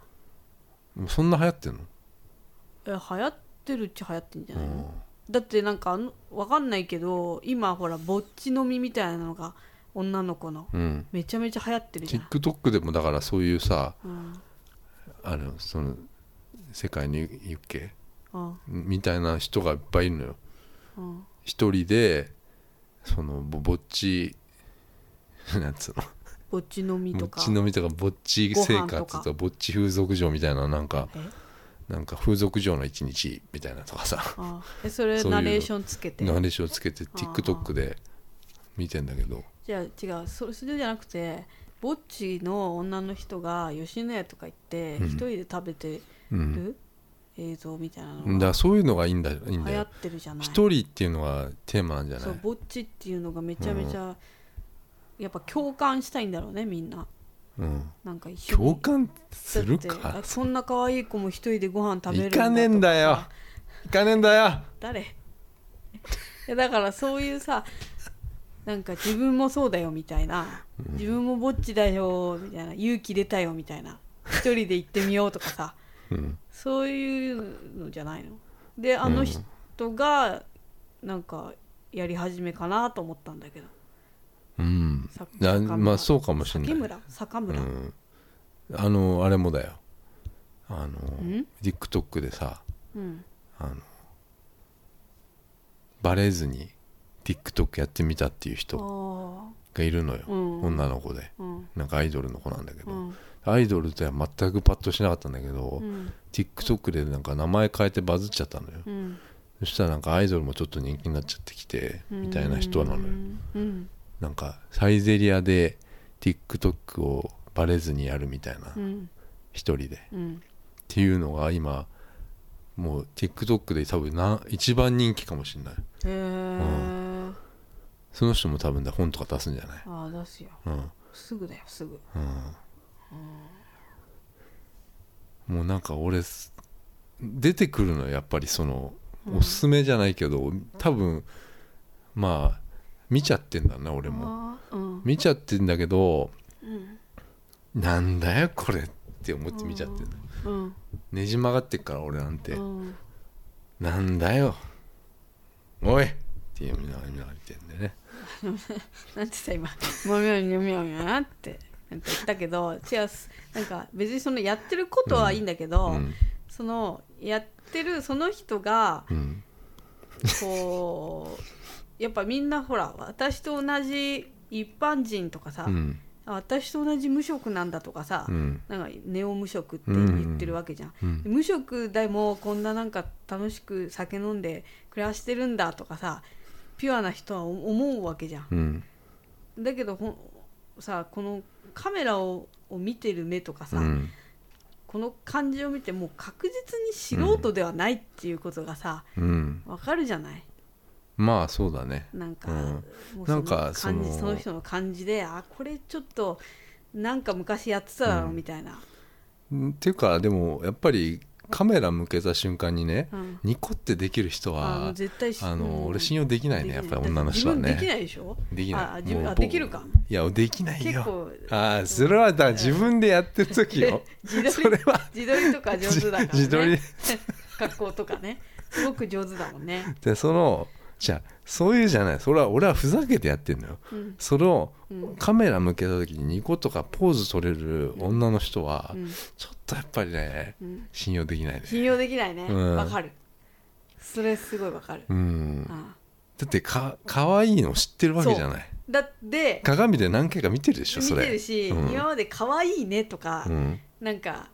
Speaker 2: そんな流行ってんの
Speaker 1: え流行ってるっちゃ流行ってんじゃないの、
Speaker 2: う
Speaker 1: だってなんかあのわかんないけど今ほらぼっち飲みみたいなのが女の子の
Speaker 2: うん
Speaker 1: めちゃめちゃ流行ってるじゃん、
Speaker 2: TikTok でもだからそういうさ
Speaker 1: うん
Speaker 2: あのその世界に行け
Speaker 1: うん
Speaker 2: みたいな人がいっぱいいるのよ
Speaker 1: うん、
Speaker 2: 一人でそのぼぼっちなんつうの
Speaker 1: ぼっち飲み
Speaker 2: ぼ
Speaker 1: と
Speaker 2: っ
Speaker 1: か
Speaker 2: ち飲みとかぼっち生
Speaker 1: ご飯と
Speaker 2: 活
Speaker 1: か
Speaker 2: とかぼっち風俗嬢みたいななんか
Speaker 1: え
Speaker 2: なんか風俗嬢の一日みたいなとかさ
Speaker 1: あえそれ
Speaker 2: そういう
Speaker 1: ナレーションつけて
Speaker 2: ナレーションつけて
Speaker 1: あー
Speaker 2: TikTok で見てんだけど
Speaker 1: じゃあ違うそそれじゃなくてぼっちの女の人が吉野家とか行って
Speaker 2: うん
Speaker 1: 一人で食べて
Speaker 2: うん
Speaker 1: る映像みたいな
Speaker 2: だ
Speaker 1: の
Speaker 2: か
Speaker 1: が
Speaker 2: らそういうのがいいんだいいんだ
Speaker 1: 流行っ
Speaker 2: よ
Speaker 1: てるじゃない
Speaker 2: 一人っていうのがテーマなんじゃな
Speaker 1: そう
Speaker 2: い
Speaker 1: ぼっちっていうのがめちゃめちゃやっぱ共感したいんだろうねみんな
Speaker 2: うん
Speaker 1: なんか一緒に
Speaker 2: 共感す
Speaker 1: だ
Speaker 2: る
Speaker 1: って
Speaker 2: か
Speaker 1: あそんな可愛い子も一人でご飯食べる
Speaker 2: 行
Speaker 1: んだと
Speaker 2: かねえんだよ行かねえんだよ
Speaker 1: 誰 *laughs* いやだからそういうさなんか自分もそうだよみたいな自分もぼっちだよみたいな勇気出たよみたいな一人で行ってみようとかさ
Speaker 2: うん
Speaker 1: そういうのじゃないのであの人がなんかやり始めかなと思ったんだけど
Speaker 2: うん
Speaker 1: さ
Speaker 2: な
Speaker 1: 坂村
Speaker 2: まあそうかもしれない
Speaker 1: 酒村坂
Speaker 2: う
Speaker 1: 村、
Speaker 2: んあのあれもだよあの
Speaker 1: ん
Speaker 2: TikTok でさ
Speaker 1: うん
Speaker 2: あのバレずに TikTok やってみたっていう
Speaker 1: あ
Speaker 2: 人
Speaker 1: あ
Speaker 2: がいるのよ、
Speaker 1: うん
Speaker 2: 女の子で
Speaker 1: うん
Speaker 2: なんかアイドルの子なんだけど、
Speaker 1: うん
Speaker 2: アイドルとは全くパッとしなかったんだけど、
Speaker 1: うん
Speaker 2: TikTok でなんか名前変えてバズっちゃったのよ、
Speaker 1: うん
Speaker 2: そしたらなんかアイドルもちょっと人気になっちゃってきてみたいな人なのよ、
Speaker 1: うん
Speaker 2: なんかサイゼリアで TikTok をバレずにやるみたいな
Speaker 1: うん
Speaker 2: 一人でっ
Speaker 1: うん
Speaker 2: ていうのが今もう TikTok で多分な一番人気かもしれない
Speaker 1: へえ
Speaker 2: その人も多分だ本とか出すんじゃない
Speaker 1: ああ出すよ
Speaker 2: うん
Speaker 1: すぐだよすぐ
Speaker 2: うんもうなんか俺す出てくるのよやっぱりそのおすすめじゃないけど、多分まあ見ちゃってんだな俺も
Speaker 1: ああうん
Speaker 2: 見ちゃってんだけど
Speaker 1: うん
Speaker 2: なんだよこれって思って見ちゃってんだ
Speaker 1: うん
Speaker 2: ねじ曲がってっから俺なんて、
Speaker 1: うん
Speaker 2: なんだよおいっていうみんなみんなが言ってんでね
Speaker 1: なんてさ今「もみょみょみょみょ」ってなんか言ったけど違うなんか別にそのやってることはいいんだけど、
Speaker 2: うん
Speaker 1: そのやってるその人が
Speaker 2: うん
Speaker 1: こうや *laughs* っぱみんなほら私と同じ一般人とかさ、
Speaker 2: うん
Speaker 1: 私と同じ無職なんだとかさ、
Speaker 2: うん
Speaker 1: なんかネオ無職って言ってるわけじゃん、
Speaker 2: うん
Speaker 1: 無職でもこんななんか楽しく酒飲んで暮らしてるんだとかさピュアな人は思うわけじゃん
Speaker 2: うん
Speaker 1: だけどほんさこのカメラをを見てる目とかさ、
Speaker 2: うん
Speaker 1: この感じを見てもう確実に素人ではないっていうことがさ
Speaker 2: うん
Speaker 1: わかるじゃない
Speaker 2: まあそうだね
Speaker 1: なんか、
Speaker 2: うん
Speaker 1: もう
Speaker 2: なんか
Speaker 1: その感じ
Speaker 2: その
Speaker 1: その人の感じであこれちょっとなんか昔やってただろうみたいな、
Speaker 2: んっていうかでもやっぱりカメラ向けた瞬間にね、
Speaker 1: うん
Speaker 2: ニコってできる人
Speaker 1: あの
Speaker 2: は
Speaker 1: 絶対し
Speaker 2: あの
Speaker 1: うん
Speaker 2: 俺信用できないねやっぱり
Speaker 1: でき
Speaker 2: 女の人は
Speaker 1: 自分でき
Speaker 2: ね
Speaker 1: ないでしょ
Speaker 2: でき
Speaker 1: あ
Speaker 2: ない
Speaker 1: 自分
Speaker 2: もう
Speaker 1: あできるか
Speaker 2: いやできない
Speaker 1: 結
Speaker 2: よ
Speaker 1: 構
Speaker 2: ああそれはだ自分でやってる時
Speaker 1: *laughs*
Speaker 2: よ
Speaker 1: 自撮
Speaker 2: それ
Speaker 1: り
Speaker 2: は
Speaker 1: 自撮りとか上手だから、ね、
Speaker 2: 自撮り
Speaker 1: 格好とかねすごく上手だもんね
Speaker 2: でそのじゃあそういうじゃないそれは俺はふざけてやってんのよ
Speaker 1: うん
Speaker 2: それを
Speaker 1: うん
Speaker 2: カメラ向けた時にニコとかポーズ取れる女の人は
Speaker 1: うん
Speaker 2: ちょっとやっぱりね
Speaker 1: うん
Speaker 2: 信用できないね
Speaker 1: 信用できないね
Speaker 2: うん
Speaker 1: わ、かるそれすごいわかる、
Speaker 2: うん
Speaker 1: あ
Speaker 2: だってか可愛いの知ってるわけじゃない
Speaker 1: あだって
Speaker 2: 鏡で何回か見てるでしょそ
Speaker 1: 見
Speaker 2: れ
Speaker 1: てるし、
Speaker 2: うん
Speaker 1: 今まで可愛いねとか、
Speaker 2: うん
Speaker 1: なんか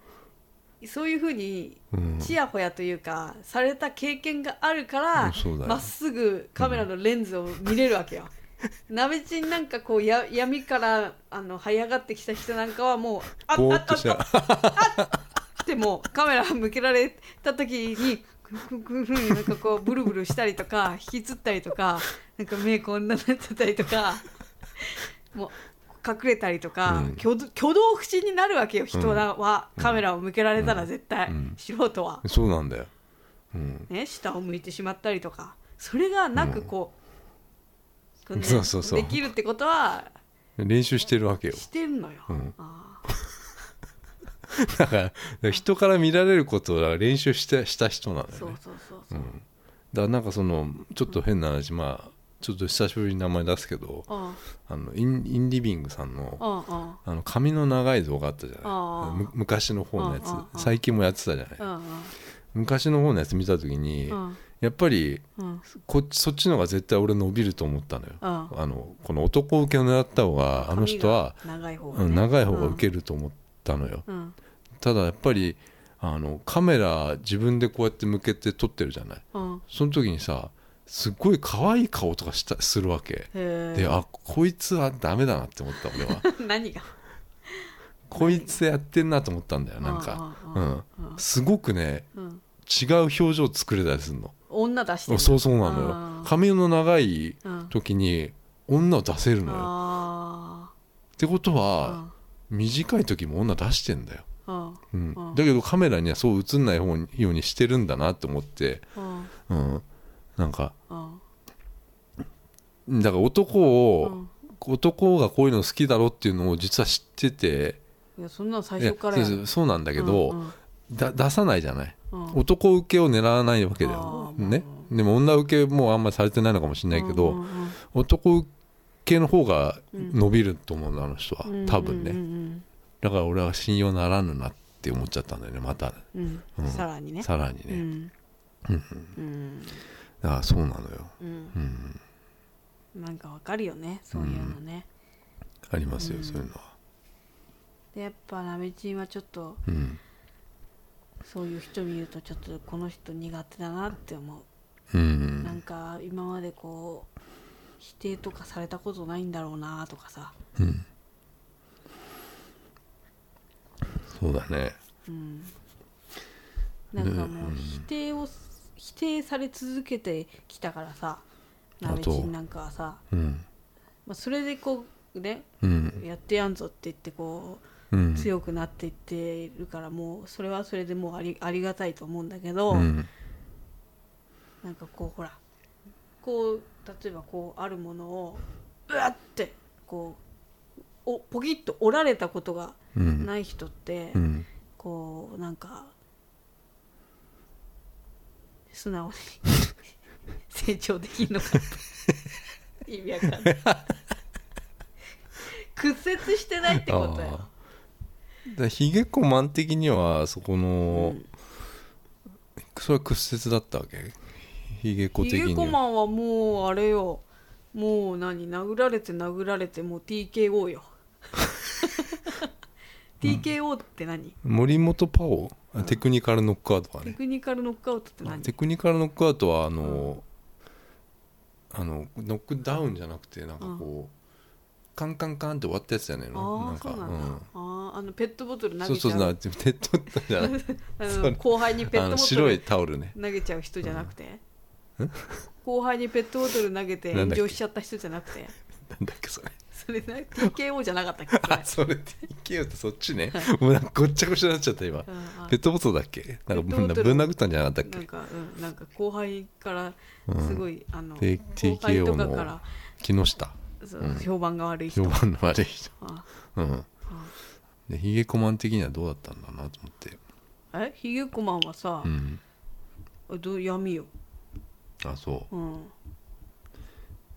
Speaker 1: そういうふうに
Speaker 2: うん
Speaker 1: ちやほやというか、された経験があるから
Speaker 2: うんそうだよ
Speaker 1: まっすぐカメラのレンズを見れるわけ
Speaker 2: *laughs*
Speaker 1: よ。なべちんなんかこうや闇からあの這い上がってきた人なんかはもうあ
Speaker 2: ぼー
Speaker 1: あ
Speaker 2: っとした
Speaker 1: ああってもうカメラ向けられた時にくくくふうになんかこうブルブルしたりとか *laughs* 引きつったりとかなんか目こんなになってたりと
Speaker 2: *laughs*
Speaker 1: かもう隠れたりとか、
Speaker 2: うん
Speaker 1: 挙動挙動不審になるわけよ人らは、カメラを向けられたら絶対、
Speaker 2: うん
Speaker 1: 素人は、
Speaker 2: そうなんだようん
Speaker 1: ね、下を向いてしまったりとかそれがなくこう,こね、
Speaker 2: そうそうそう
Speaker 1: できるってことは
Speaker 2: 練習してるわけよ
Speaker 1: してるのよ、
Speaker 2: うん
Speaker 1: あ
Speaker 2: だから人から見られることを練習したした人なの
Speaker 1: ーそ
Speaker 2: よ
Speaker 1: う
Speaker 2: ね
Speaker 1: そうそうそう、
Speaker 2: だからなんかそのちょっと変な話まあちょっと久しぶりに名前出すけど
Speaker 1: うん
Speaker 2: あのインインリビングさ
Speaker 1: う
Speaker 2: んの
Speaker 1: んうん
Speaker 2: あの髪の長い動画あったじゃ
Speaker 1: ああ
Speaker 2: ないむ昔の方のや
Speaker 1: うんうんうん
Speaker 2: つ最近もやってたじゃ
Speaker 1: う
Speaker 2: ない
Speaker 1: ん
Speaker 2: 昔の方のやつ見た時に
Speaker 1: うん
Speaker 2: やっぱり
Speaker 1: うん
Speaker 2: こっちそっちの方が絶対俺伸びると思ったのよ
Speaker 1: うん
Speaker 2: あのこの男受けを狙った方があの人は
Speaker 1: 髪が長い方がね
Speaker 2: うん長い方が受けると思ったのよ
Speaker 1: うん
Speaker 2: ただやっぱりあのカメラ自分でこうやって向けて撮ってるじゃない
Speaker 1: うん
Speaker 2: その時にさすっごい可愛い顔とかしたするわけ
Speaker 1: へ
Speaker 2: で
Speaker 1: え
Speaker 2: あこいつはダメだなって思った俺は
Speaker 1: *laughs* 何が
Speaker 2: こいつやってんなと思ったんだよなんか
Speaker 1: う
Speaker 2: うんん
Speaker 1: うん
Speaker 2: すごくね
Speaker 1: うん
Speaker 2: 違う表情作れたりするの
Speaker 1: 女出してる
Speaker 2: そうそうな
Speaker 1: あ
Speaker 2: のよ
Speaker 1: ー
Speaker 2: 髪の長い
Speaker 1: うん
Speaker 2: 時に女を出せるのよ
Speaker 1: あ
Speaker 2: ってこと
Speaker 1: ー
Speaker 2: は短い時も女出してんだ
Speaker 1: う
Speaker 2: よ、
Speaker 1: んうん
Speaker 2: うん
Speaker 1: うん
Speaker 2: だけどカメラにはそう映んない方にようにしてるんだなと思って、
Speaker 1: うん
Speaker 2: うん、なんか
Speaker 1: うん
Speaker 2: だから男
Speaker 1: う
Speaker 2: を、
Speaker 1: ん
Speaker 2: 男がこういうの好きだろっていうのを実は知ってて
Speaker 1: いやそんなの最初から
Speaker 2: い
Speaker 1: や
Speaker 2: やそうそうそうなんだけど、
Speaker 1: うん
Speaker 2: だ出さないじゃない
Speaker 1: うんうん
Speaker 2: 男受けを狙わないわけだよ、
Speaker 1: あー
Speaker 2: ね、でも女受けもあんまりされてないのかもしれないけど、
Speaker 1: うんうんうん
Speaker 2: 男受けの方が伸びると思うのあの人は多分ね、
Speaker 1: うんうん
Speaker 2: だから俺は信用ならぬなって思っちゃったんだよねまた
Speaker 1: うんうん
Speaker 2: うん
Speaker 1: さらにね
Speaker 2: さらに
Speaker 1: う
Speaker 2: ね、
Speaker 1: んうん
Speaker 2: ああそうなのよ、
Speaker 1: うん
Speaker 2: うん、
Speaker 1: なんかわかるよねそういうのね
Speaker 2: ありますよ、
Speaker 1: うん
Speaker 2: そういうのは、
Speaker 1: でやっぱなめちんはちょっと
Speaker 2: うん
Speaker 1: そういう人見るとちょっとこの人苦手だなって思う
Speaker 2: う
Speaker 1: なんんか今までこう否定とかされたことないんだろうなとかさ、
Speaker 2: うん、そうだね
Speaker 1: うん、なんかもう否定を否定され続けてきたからさなべちんなんかはさ、
Speaker 2: うん
Speaker 1: まあ、それでこうね
Speaker 2: うん
Speaker 1: やってやんぞって言ってこ
Speaker 2: うん
Speaker 1: う強くなっていってるからもうそれはそれでもうありありがたいと思うんだけど、
Speaker 2: うん
Speaker 1: なんかこうほらこう例えばこうあるものをうわってこうおポキッと折られたことが
Speaker 2: うん
Speaker 1: ない人って、
Speaker 2: うん
Speaker 1: こうなんか素
Speaker 2: *laughs*
Speaker 1: 直に成長できるのか
Speaker 2: *laughs*
Speaker 1: って意味わかんない屈折してないってことよ
Speaker 2: あだからヒゲコマン的にはそこの、それは屈折だったわけヒゲコ
Speaker 1: ヒ
Speaker 2: 的に
Speaker 1: ゲコ
Speaker 2: は
Speaker 1: マンはもうあれよもう何殴られて殴られてもう TKO
Speaker 2: *laughs*
Speaker 1: よ TKO って何、
Speaker 2: 森本パオ、あテクニカルノックアウトは
Speaker 1: テ
Speaker 2: ね
Speaker 1: クニカルノックアウトって何
Speaker 2: テクニカルノックアウトはあの、あのノックダウンじゃなくてなんかこう、カンカンカンって終わったやつじゃないの
Speaker 1: ああ
Speaker 2: んか
Speaker 1: そうなんだ、あああのペットボトル
Speaker 2: ん
Speaker 1: 投
Speaker 2: そう
Speaker 1: げち
Speaker 2: そ
Speaker 1: ゃ
Speaker 2: う
Speaker 1: う
Speaker 2: そう手取った
Speaker 1: *laughs*
Speaker 2: じゃない
Speaker 1: あの
Speaker 2: そう
Speaker 1: 後輩にペ
Speaker 2: あ
Speaker 1: ット
Speaker 2: の
Speaker 1: ボト
Speaker 2: 白い
Speaker 1: ル
Speaker 2: タオルね
Speaker 1: 投げちゃう人じゃなくて、後輩にペットボトル投げて
Speaker 2: なん
Speaker 1: 炎
Speaker 2: だっけ
Speaker 1: 上しちゃった人じゃな
Speaker 2: *laughs*
Speaker 1: くて
Speaker 2: なんだっ
Speaker 1: *laughs*
Speaker 2: けそれ
Speaker 1: それな TKO じゃなかったっけ
Speaker 2: *laughs* あそれ TKO ってそっちねもうなんかごっちゃごちゃになっちゃった今
Speaker 1: それうんあ
Speaker 2: ペットボトルだっけなんか
Speaker 1: ペットボトル
Speaker 2: ぶん殴ったんじゃなかった
Speaker 1: な
Speaker 2: っ
Speaker 1: んか、うん、なんか後輩からすごい、あの
Speaker 2: けで
Speaker 1: 後輩と
Speaker 2: TKO
Speaker 1: かから
Speaker 2: の木下
Speaker 1: そう
Speaker 2: うん
Speaker 1: 評判が悪い人
Speaker 2: 評判の悪い人
Speaker 1: あ
Speaker 2: うんでヒゲコマン的にはどうだったんだろうなと思って
Speaker 1: えヒゲコマンはさ
Speaker 2: う、ん
Speaker 1: どう闇よ、
Speaker 2: あそう
Speaker 1: うん、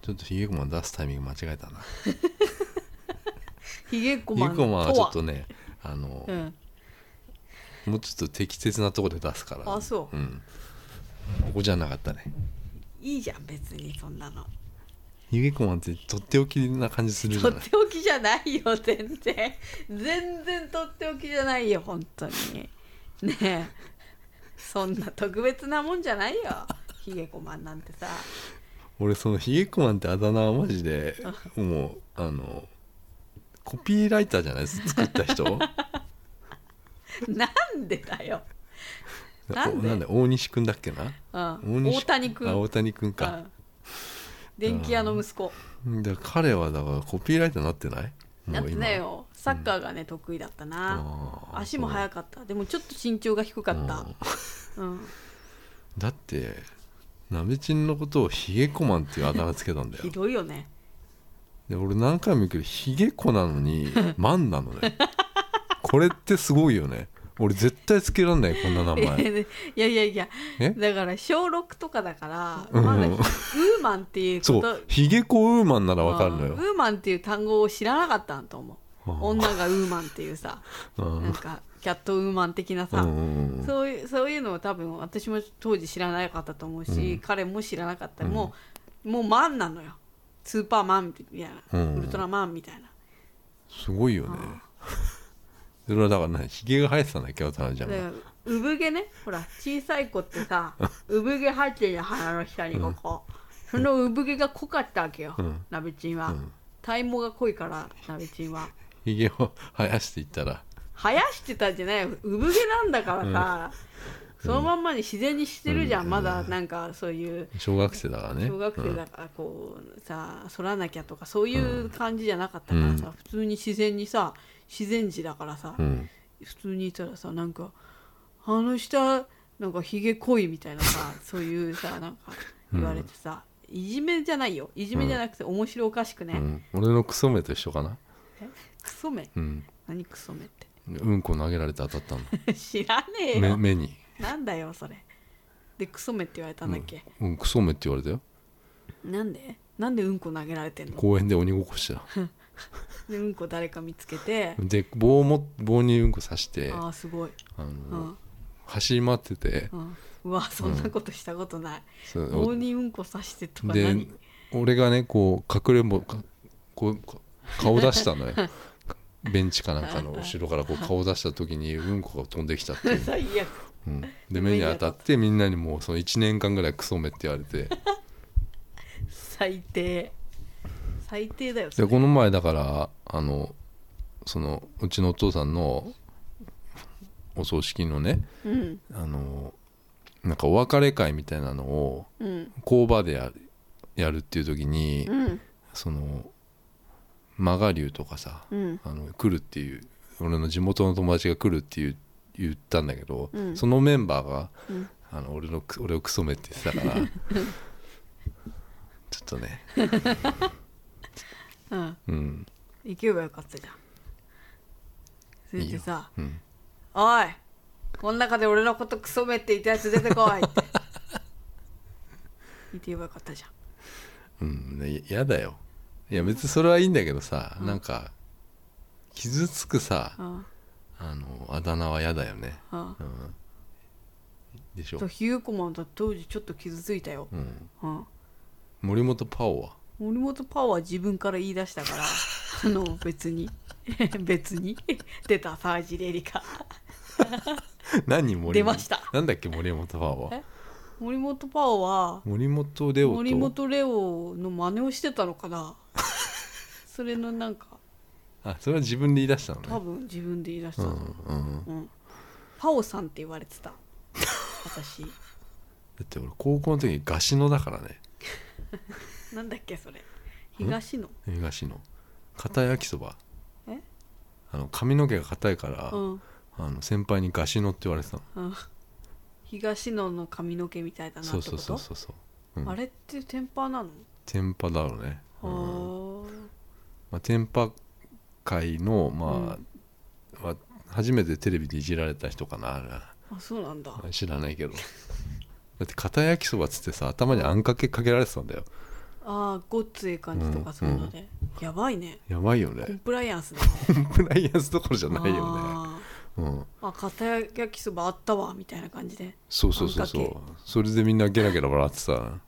Speaker 2: ちょっとヒゲコマン出すタイミング間違えたな。
Speaker 1: ヒゲコ
Speaker 2: ヒゲ
Speaker 1: マンと
Speaker 2: コマン
Speaker 1: は
Speaker 2: はちょっとね、あの
Speaker 1: う、ん、
Speaker 2: もうちょっと適切なところで出すから。。
Speaker 1: あそうん
Speaker 2: ここじゃなかったね。
Speaker 1: いいじゃん別にそんなの
Speaker 2: ヒゲコマンってとっておきな感じするじ
Speaker 1: と
Speaker 2: ゃ
Speaker 1: っ
Speaker 2: ない。
Speaker 1: ておきじゃないよ全然全然とっておきじゃないよ本当にねえそんな特別なもんじゃないよヒゲコマンなんてさ
Speaker 2: 俺そのヒゲコマンってあだ名はマジで、もう、あの、コピーライターじゃないです作った
Speaker 1: *laughs*
Speaker 2: 人
Speaker 1: なんでだよなんで
Speaker 2: だ大西くんだっけな
Speaker 1: うん大
Speaker 2: 西
Speaker 1: 谷君
Speaker 2: あ大谷くん
Speaker 1: う
Speaker 2: か、
Speaker 1: ん電気屋の息子
Speaker 2: だから彼はだからコピーライターになってない
Speaker 1: だっ
Speaker 2: もう
Speaker 1: て
Speaker 2: 今
Speaker 1: ねよサッカーがね得意だったな
Speaker 2: あー
Speaker 1: 足も速かったでもちょっと身長が低かったうん
Speaker 2: だってなべちんのことをヒゲコマンっていうあだ名つけたんだよ
Speaker 1: ひどいよね
Speaker 2: で俺
Speaker 1: *laughs*
Speaker 2: 何回も言うけどヒゲコなのにマンなのねこれってすごいよね俺絶対つけらんないこんな名前
Speaker 1: *laughs* いやいやいや
Speaker 2: え
Speaker 1: だから小6とかだから、
Speaker 2: うん
Speaker 1: まだウーマンっていうこ
Speaker 2: そう
Speaker 1: と
Speaker 2: ヒゲコウーマンならわかるの
Speaker 1: う
Speaker 2: よ
Speaker 1: んウーマンっていう単語を知らなかったんだと思う
Speaker 2: あー
Speaker 1: 女がウーマンっていうさ
Speaker 2: うん
Speaker 1: なんかキャットウーマン的なさ、
Speaker 2: うんうん
Speaker 1: そういうそういうのを多分私も当時知らなかったと思うし、
Speaker 2: うん
Speaker 1: 彼も知らなかった、もうもうマンなのよスーパーマンみたいな、
Speaker 2: うん
Speaker 1: ウルトラマンみたいな
Speaker 2: すごいよねそれはだからねヒゲが生えてたんだっけ渡辺ちゃ
Speaker 1: だ
Speaker 2: ん
Speaker 1: か
Speaker 2: が
Speaker 1: ら産毛ねほら小さい子ってさ産毛入ってるじゃん鼻の下にここ、その産毛が濃かったわけよ、
Speaker 2: うん
Speaker 1: ナベチンは、体毛が濃いからナベチンは
Speaker 2: ヒゲを生やしていったら
Speaker 1: 生やしてたんじゃないよ産毛なんだからさ、そのまんまに自然にしてるじゃん、まだなんかそういう
Speaker 2: 小学生だからね
Speaker 1: 小学生だからこうさ剃らなきゃとかそういう感じじゃなかったからさ、普通に自然にさ自然児だからさ、
Speaker 2: うんうん
Speaker 1: 普通にいたらさなんかあの下なんかひげ濃いみたいな
Speaker 2: *laughs*
Speaker 1: さそういうさなんか言われてさ、いじめじゃないよいじめじゃなくて面白おかしくね、
Speaker 2: うん俺のクソ目と一緒かな
Speaker 1: クソ目
Speaker 2: うん
Speaker 1: 何クソ目って *laughs*
Speaker 2: うんこ投げられて当たったの
Speaker 1: 知らねえ
Speaker 2: 目
Speaker 1: よ、
Speaker 2: 目に
Speaker 1: なんだよそれでクソ目って言われたんだっけ、
Speaker 2: うんクソ目って言われたよ
Speaker 1: なんでなんでうんこ投げられてんの
Speaker 2: 公園で鬼ごっこしてた
Speaker 1: でうんこ誰か見つけて
Speaker 2: で棒をも棒にうんこ刺して
Speaker 1: ああすごい、
Speaker 2: あ
Speaker 1: う
Speaker 2: の
Speaker 1: ん
Speaker 2: 走り回ってて
Speaker 1: うん、うわそんなことしたことない、
Speaker 2: そう
Speaker 1: 棒にうんこ刺してとか
Speaker 2: で
Speaker 1: 何
Speaker 2: 俺がねこう隠れんぼかこうか顔出し
Speaker 1: *laughs*
Speaker 2: たのよベンチかなんかの後ろからこう顔出した時にうんこが飛んできたっていう、
Speaker 1: *laughs* 最悪
Speaker 2: うんで目に当たってみんなにもうその1年間ぐらいクソ目って言われて
Speaker 1: 最低最低だよそ
Speaker 2: で
Speaker 1: れ
Speaker 2: この前だからあのそのうちのお父さんのお葬式のね
Speaker 1: うん
Speaker 2: あのなんかお別れ会みたいなのを
Speaker 1: うん
Speaker 2: 工場でやるやるっていう時に、
Speaker 1: うん
Speaker 2: そのマガリュウとかさ、
Speaker 1: うん
Speaker 2: あの来るっていう俺の地元の友達が来るっていう言ったんだけど、
Speaker 1: うん
Speaker 2: そのメンバーが、
Speaker 1: うん
Speaker 2: あの俺のく俺をクソめって言ってたからちょっとね
Speaker 1: *laughs* うん
Speaker 2: うん
Speaker 1: 行けばよかったじゃんそれでさ
Speaker 2: いいようん
Speaker 1: 「おいこの中で俺のことクソめって言ったやつ出てこい」
Speaker 2: *laughs*
Speaker 1: って言って言えばよかったじゃん
Speaker 2: うんねやだよいや別にそれはいいんだけどさ、なんか傷つくさ
Speaker 1: あ
Speaker 2: あのあだ名はやだよね、
Speaker 1: ああ
Speaker 2: うん、でし
Speaker 1: あ
Speaker 2: ょ
Speaker 1: と、ひゆこまんだって当時ちょっと傷ついたよ、
Speaker 2: うん、
Speaker 1: うん、
Speaker 2: 森本パオは
Speaker 1: 森本パワー自分から言い出した
Speaker 2: *laughs*
Speaker 1: からあの別に *laughs* 別に出た沢尻エリカ
Speaker 2: 何森
Speaker 1: *laughs*
Speaker 2: 本
Speaker 1: 出ました
Speaker 2: なんだっけ森本パオは
Speaker 1: え森本パワーは
Speaker 2: 森本レオと
Speaker 1: 森本レオの真似をしてたのかな *laughs* それのなんか
Speaker 2: あそれは自分で言い出したのね
Speaker 1: 多分自分で言い出した
Speaker 2: う
Speaker 1: と
Speaker 2: ん
Speaker 1: 思う、
Speaker 2: うんだ
Speaker 1: うんパオさんって言われてた私 *laughs*
Speaker 2: って俺高校の時ガシノだからね
Speaker 1: なんだっけそれ東野
Speaker 2: ガシノ硬い焼きそば
Speaker 1: え
Speaker 2: あの髪の毛が硬いから、
Speaker 1: うん
Speaker 2: あの先輩にガシノって言われてたの
Speaker 1: うん東野の髪の毛みたいだなって
Speaker 2: そ
Speaker 1: こ
Speaker 2: う
Speaker 1: と
Speaker 2: そうそうそうそううん
Speaker 1: あれってテンパなの、
Speaker 2: 天パだろうね、
Speaker 1: あー
Speaker 2: まあ、天パ界のまあ、は初めてテレビでいじられた人かなあれ
Speaker 1: あそうなんだ、
Speaker 2: 知らないけどだって硬い焼きそばっつってさ頭にあんかけかけられてたんだよ
Speaker 1: ああごっつええ感じと
Speaker 2: う
Speaker 1: か
Speaker 2: ん
Speaker 1: そういうので、やばいね
Speaker 2: やばいよ
Speaker 1: コン
Speaker 2: ね
Speaker 1: プライアンスだね
Speaker 2: コ *laughs* ンプライアンスどころじゃないよね
Speaker 1: あ
Speaker 2: うん
Speaker 1: ーあ片焼きそばあったわみたいな感じで
Speaker 2: そうそうそうそ
Speaker 1: あん
Speaker 2: う
Speaker 1: か
Speaker 2: それでみんなゲラゲラ笑ってさ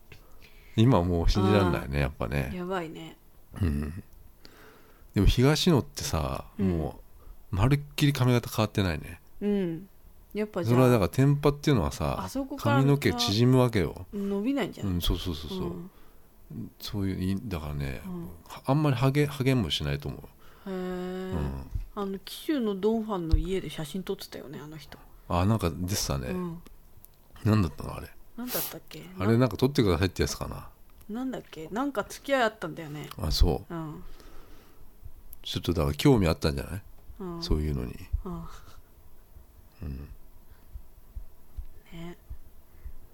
Speaker 2: 今もう信じられないねやっぱね
Speaker 1: やばいね
Speaker 2: うんでも東野ってさ、もうまるっきり髪型変わってないね
Speaker 1: うんやっぱ
Speaker 2: そ
Speaker 1: じ
Speaker 2: れはだ
Speaker 1: ゃあ
Speaker 2: からテンパっていうのはさ
Speaker 1: あそこから
Speaker 2: 髪の毛縮むわけよ
Speaker 1: 伸びないんじゃ
Speaker 2: う
Speaker 1: ない、
Speaker 2: んそうそうそうそう、
Speaker 1: うん
Speaker 2: そういういだからね、
Speaker 1: うん
Speaker 2: あんまりハゲハゲもしないと思
Speaker 1: へえ、
Speaker 2: う、うん、
Speaker 1: あの紀州のドンファンの家で写真撮ってたよねあの人、
Speaker 2: あなんか出てたね、
Speaker 1: うん
Speaker 2: なんだったのあれ
Speaker 1: なんだったっけ
Speaker 2: あれなんか撮ってくださいってやつかな
Speaker 1: ななんだっけなんか付き合いあったんだよね
Speaker 2: あそう
Speaker 1: うん、
Speaker 2: ちょっとだから興味あったんじゃない、
Speaker 1: うん、
Speaker 2: そういうのに
Speaker 1: うんね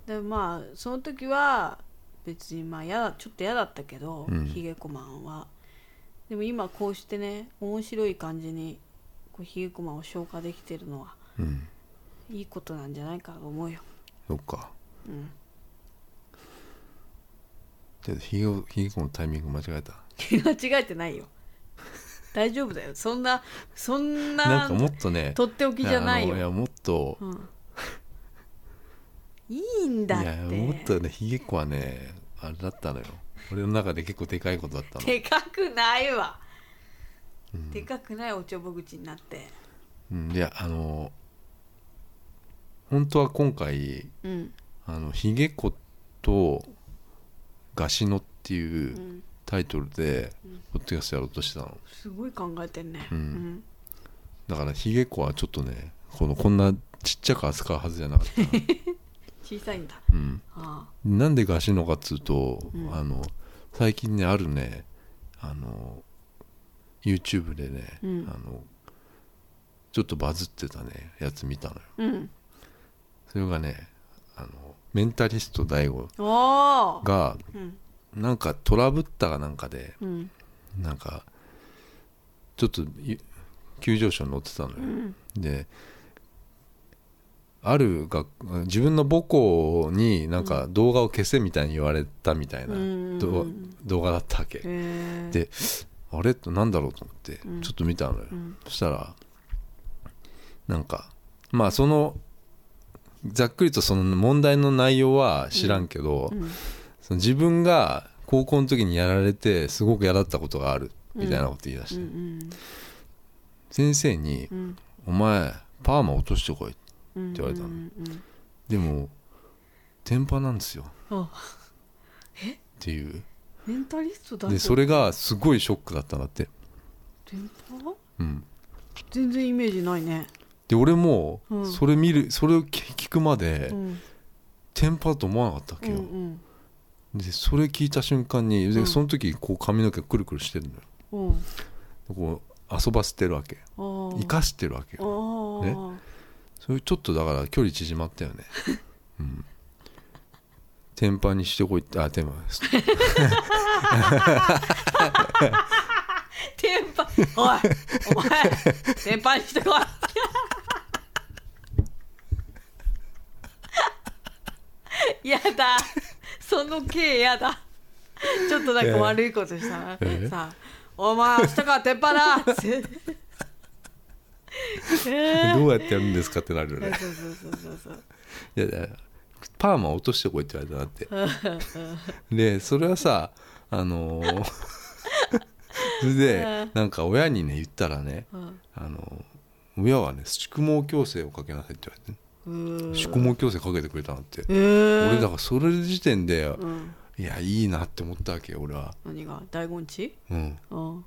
Speaker 1: でまあその時は別にまあやだちょっと嫌だったけど、
Speaker 2: うん
Speaker 1: ヒゲコマンはでも今こうしてね面白い感じにこうヒゲコマンを消化できてるのは
Speaker 2: うん
Speaker 1: いいことなんじゃないかと思うよ *laughs*
Speaker 2: そっか
Speaker 1: うん
Speaker 2: ちょっとひげをひげこのタイミング間違えた
Speaker 1: 間違えてないよ大丈夫だよそんなそんな
Speaker 2: なんかもっとね
Speaker 1: とっておきじゃない
Speaker 2: やあのい
Speaker 1: よ、
Speaker 2: やもっと
Speaker 1: うん、いいんだっ
Speaker 2: い
Speaker 1: て
Speaker 2: やもっとねひげっこはねあれだったのよ俺の中で結構でかいことだったの
Speaker 1: でかくないわ、でかくないおちょぼ口になって
Speaker 2: うん、いやあの本当は今回
Speaker 1: うん
Speaker 2: あのひげっことガシノっていううんタイトルでポッドキャストやろうとしてたの
Speaker 1: すごい考えてんね
Speaker 2: うん
Speaker 1: ん、
Speaker 2: だからひげっこはちょっとねこのこんなちっちゃく扱うはずじゃなかったな、
Speaker 1: 小さいんだ
Speaker 2: うん、
Speaker 1: あ
Speaker 2: なんでガシノかっつうと、
Speaker 1: うん
Speaker 2: あの最近ねあるねあの YouTube でね、
Speaker 1: うん
Speaker 2: あのちょっとバズってたねやつ見たのよ
Speaker 1: あうん
Speaker 2: それがねあのメンタリスト DAIGO
Speaker 1: おー
Speaker 2: が
Speaker 1: うん
Speaker 2: なんかトラブったかなんかで
Speaker 1: うん
Speaker 2: なんかちょっとゆ急上昇に乗ってたのよ、
Speaker 1: うん
Speaker 2: である学自分の母校になんか動画を消せみたいに言われたみたいな、
Speaker 1: うん
Speaker 2: 動動画だったわけ、
Speaker 1: えー
Speaker 2: であれってなんだろうと思って
Speaker 1: うん
Speaker 2: ちょっと見たのよ、
Speaker 1: うん
Speaker 2: そしたらなんかまあそのざっくりとその問題の内容は知らんけど、
Speaker 1: うん
Speaker 2: その自分が高校の時にやられてすごく嫌だったことがあるみたいなこと言い出し
Speaker 1: う
Speaker 2: て、
Speaker 1: ん
Speaker 2: 先生に
Speaker 1: うんうん
Speaker 2: 「お前パーマ落としてこい」
Speaker 1: うん
Speaker 2: って言われたの
Speaker 1: うんうん
Speaker 2: でも天パなんですよっ
Speaker 1: うんあ
Speaker 2: ていう
Speaker 1: メンタリストだ
Speaker 2: でそれがすごいショックだったんだって
Speaker 1: 電波
Speaker 2: うん
Speaker 1: 全然イメージないね、
Speaker 2: で俺も
Speaker 1: うん
Speaker 2: それ見るそれを聞聞くまで
Speaker 1: うん、
Speaker 2: 天パだと思わなかったわ
Speaker 1: う
Speaker 2: け
Speaker 1: んう
Speaker 2: よ
Speaker 1: ん
Speaker 2: でそれ聞いた瞬間に
Speaker 1: う
Speaker 2: で
Speaker 1: ん
Speaker 2: その時こう髪の毛くるくるしてるのよ
Speaker 1: うん
Speaker 2: でこう遊ばせてるわけ
Speaker 1: あー
Speaker 2: 生かしてるわけ
Speaker 1: あ
Speaker 2: よ
Speaker 1: ー
Speaker 2: それちょっとだから距離縮まったよ
Speaker 1: *laughs*
Speaker 2: ねうん天パにしてこいってあ天パ *laughs*
Speaker 1: テンパおいお前テンパにしてこい *laughs* やだその刑やだちょっとなんか悪いことしたな、
Speaker 2: ええ
Speaker 1: さあお前明日からテンパ
Speaker 2: *laughs*
Speaker 1: だっつってえ
Speaker 2: ど
Speaker 1: ー
Speaker 2: うやってやるんですかってなるよね
Speaker 1: そうそうそうそうそう
Speaker 2: いやいやパーマ落としてこいって言われた
Speaker 1: *laughs*
Speaker 2: なってでそれはさあのーそれ
Speaker 1: う
Speaker 2: で
Speaker 1: ん
Speaker 2: なんか親にね言ったらね、
Speaker 1: うん
Speaker 2: あのー親はね宿毛矯正をかけなさいって言われて、
Speaker 1: うーん
Speaker 2: 宿毛矯正かけてくれたのって、
Speaker 1: えー、
Speaker 2: *laughs* 俺だからそれ時点で、
Speaker 1: うん、
Speaker 2: いやいいなって思ったわけよ俺は
Speaker 1: 何が大根地
Speaker 2: うん
Speaker 1: うん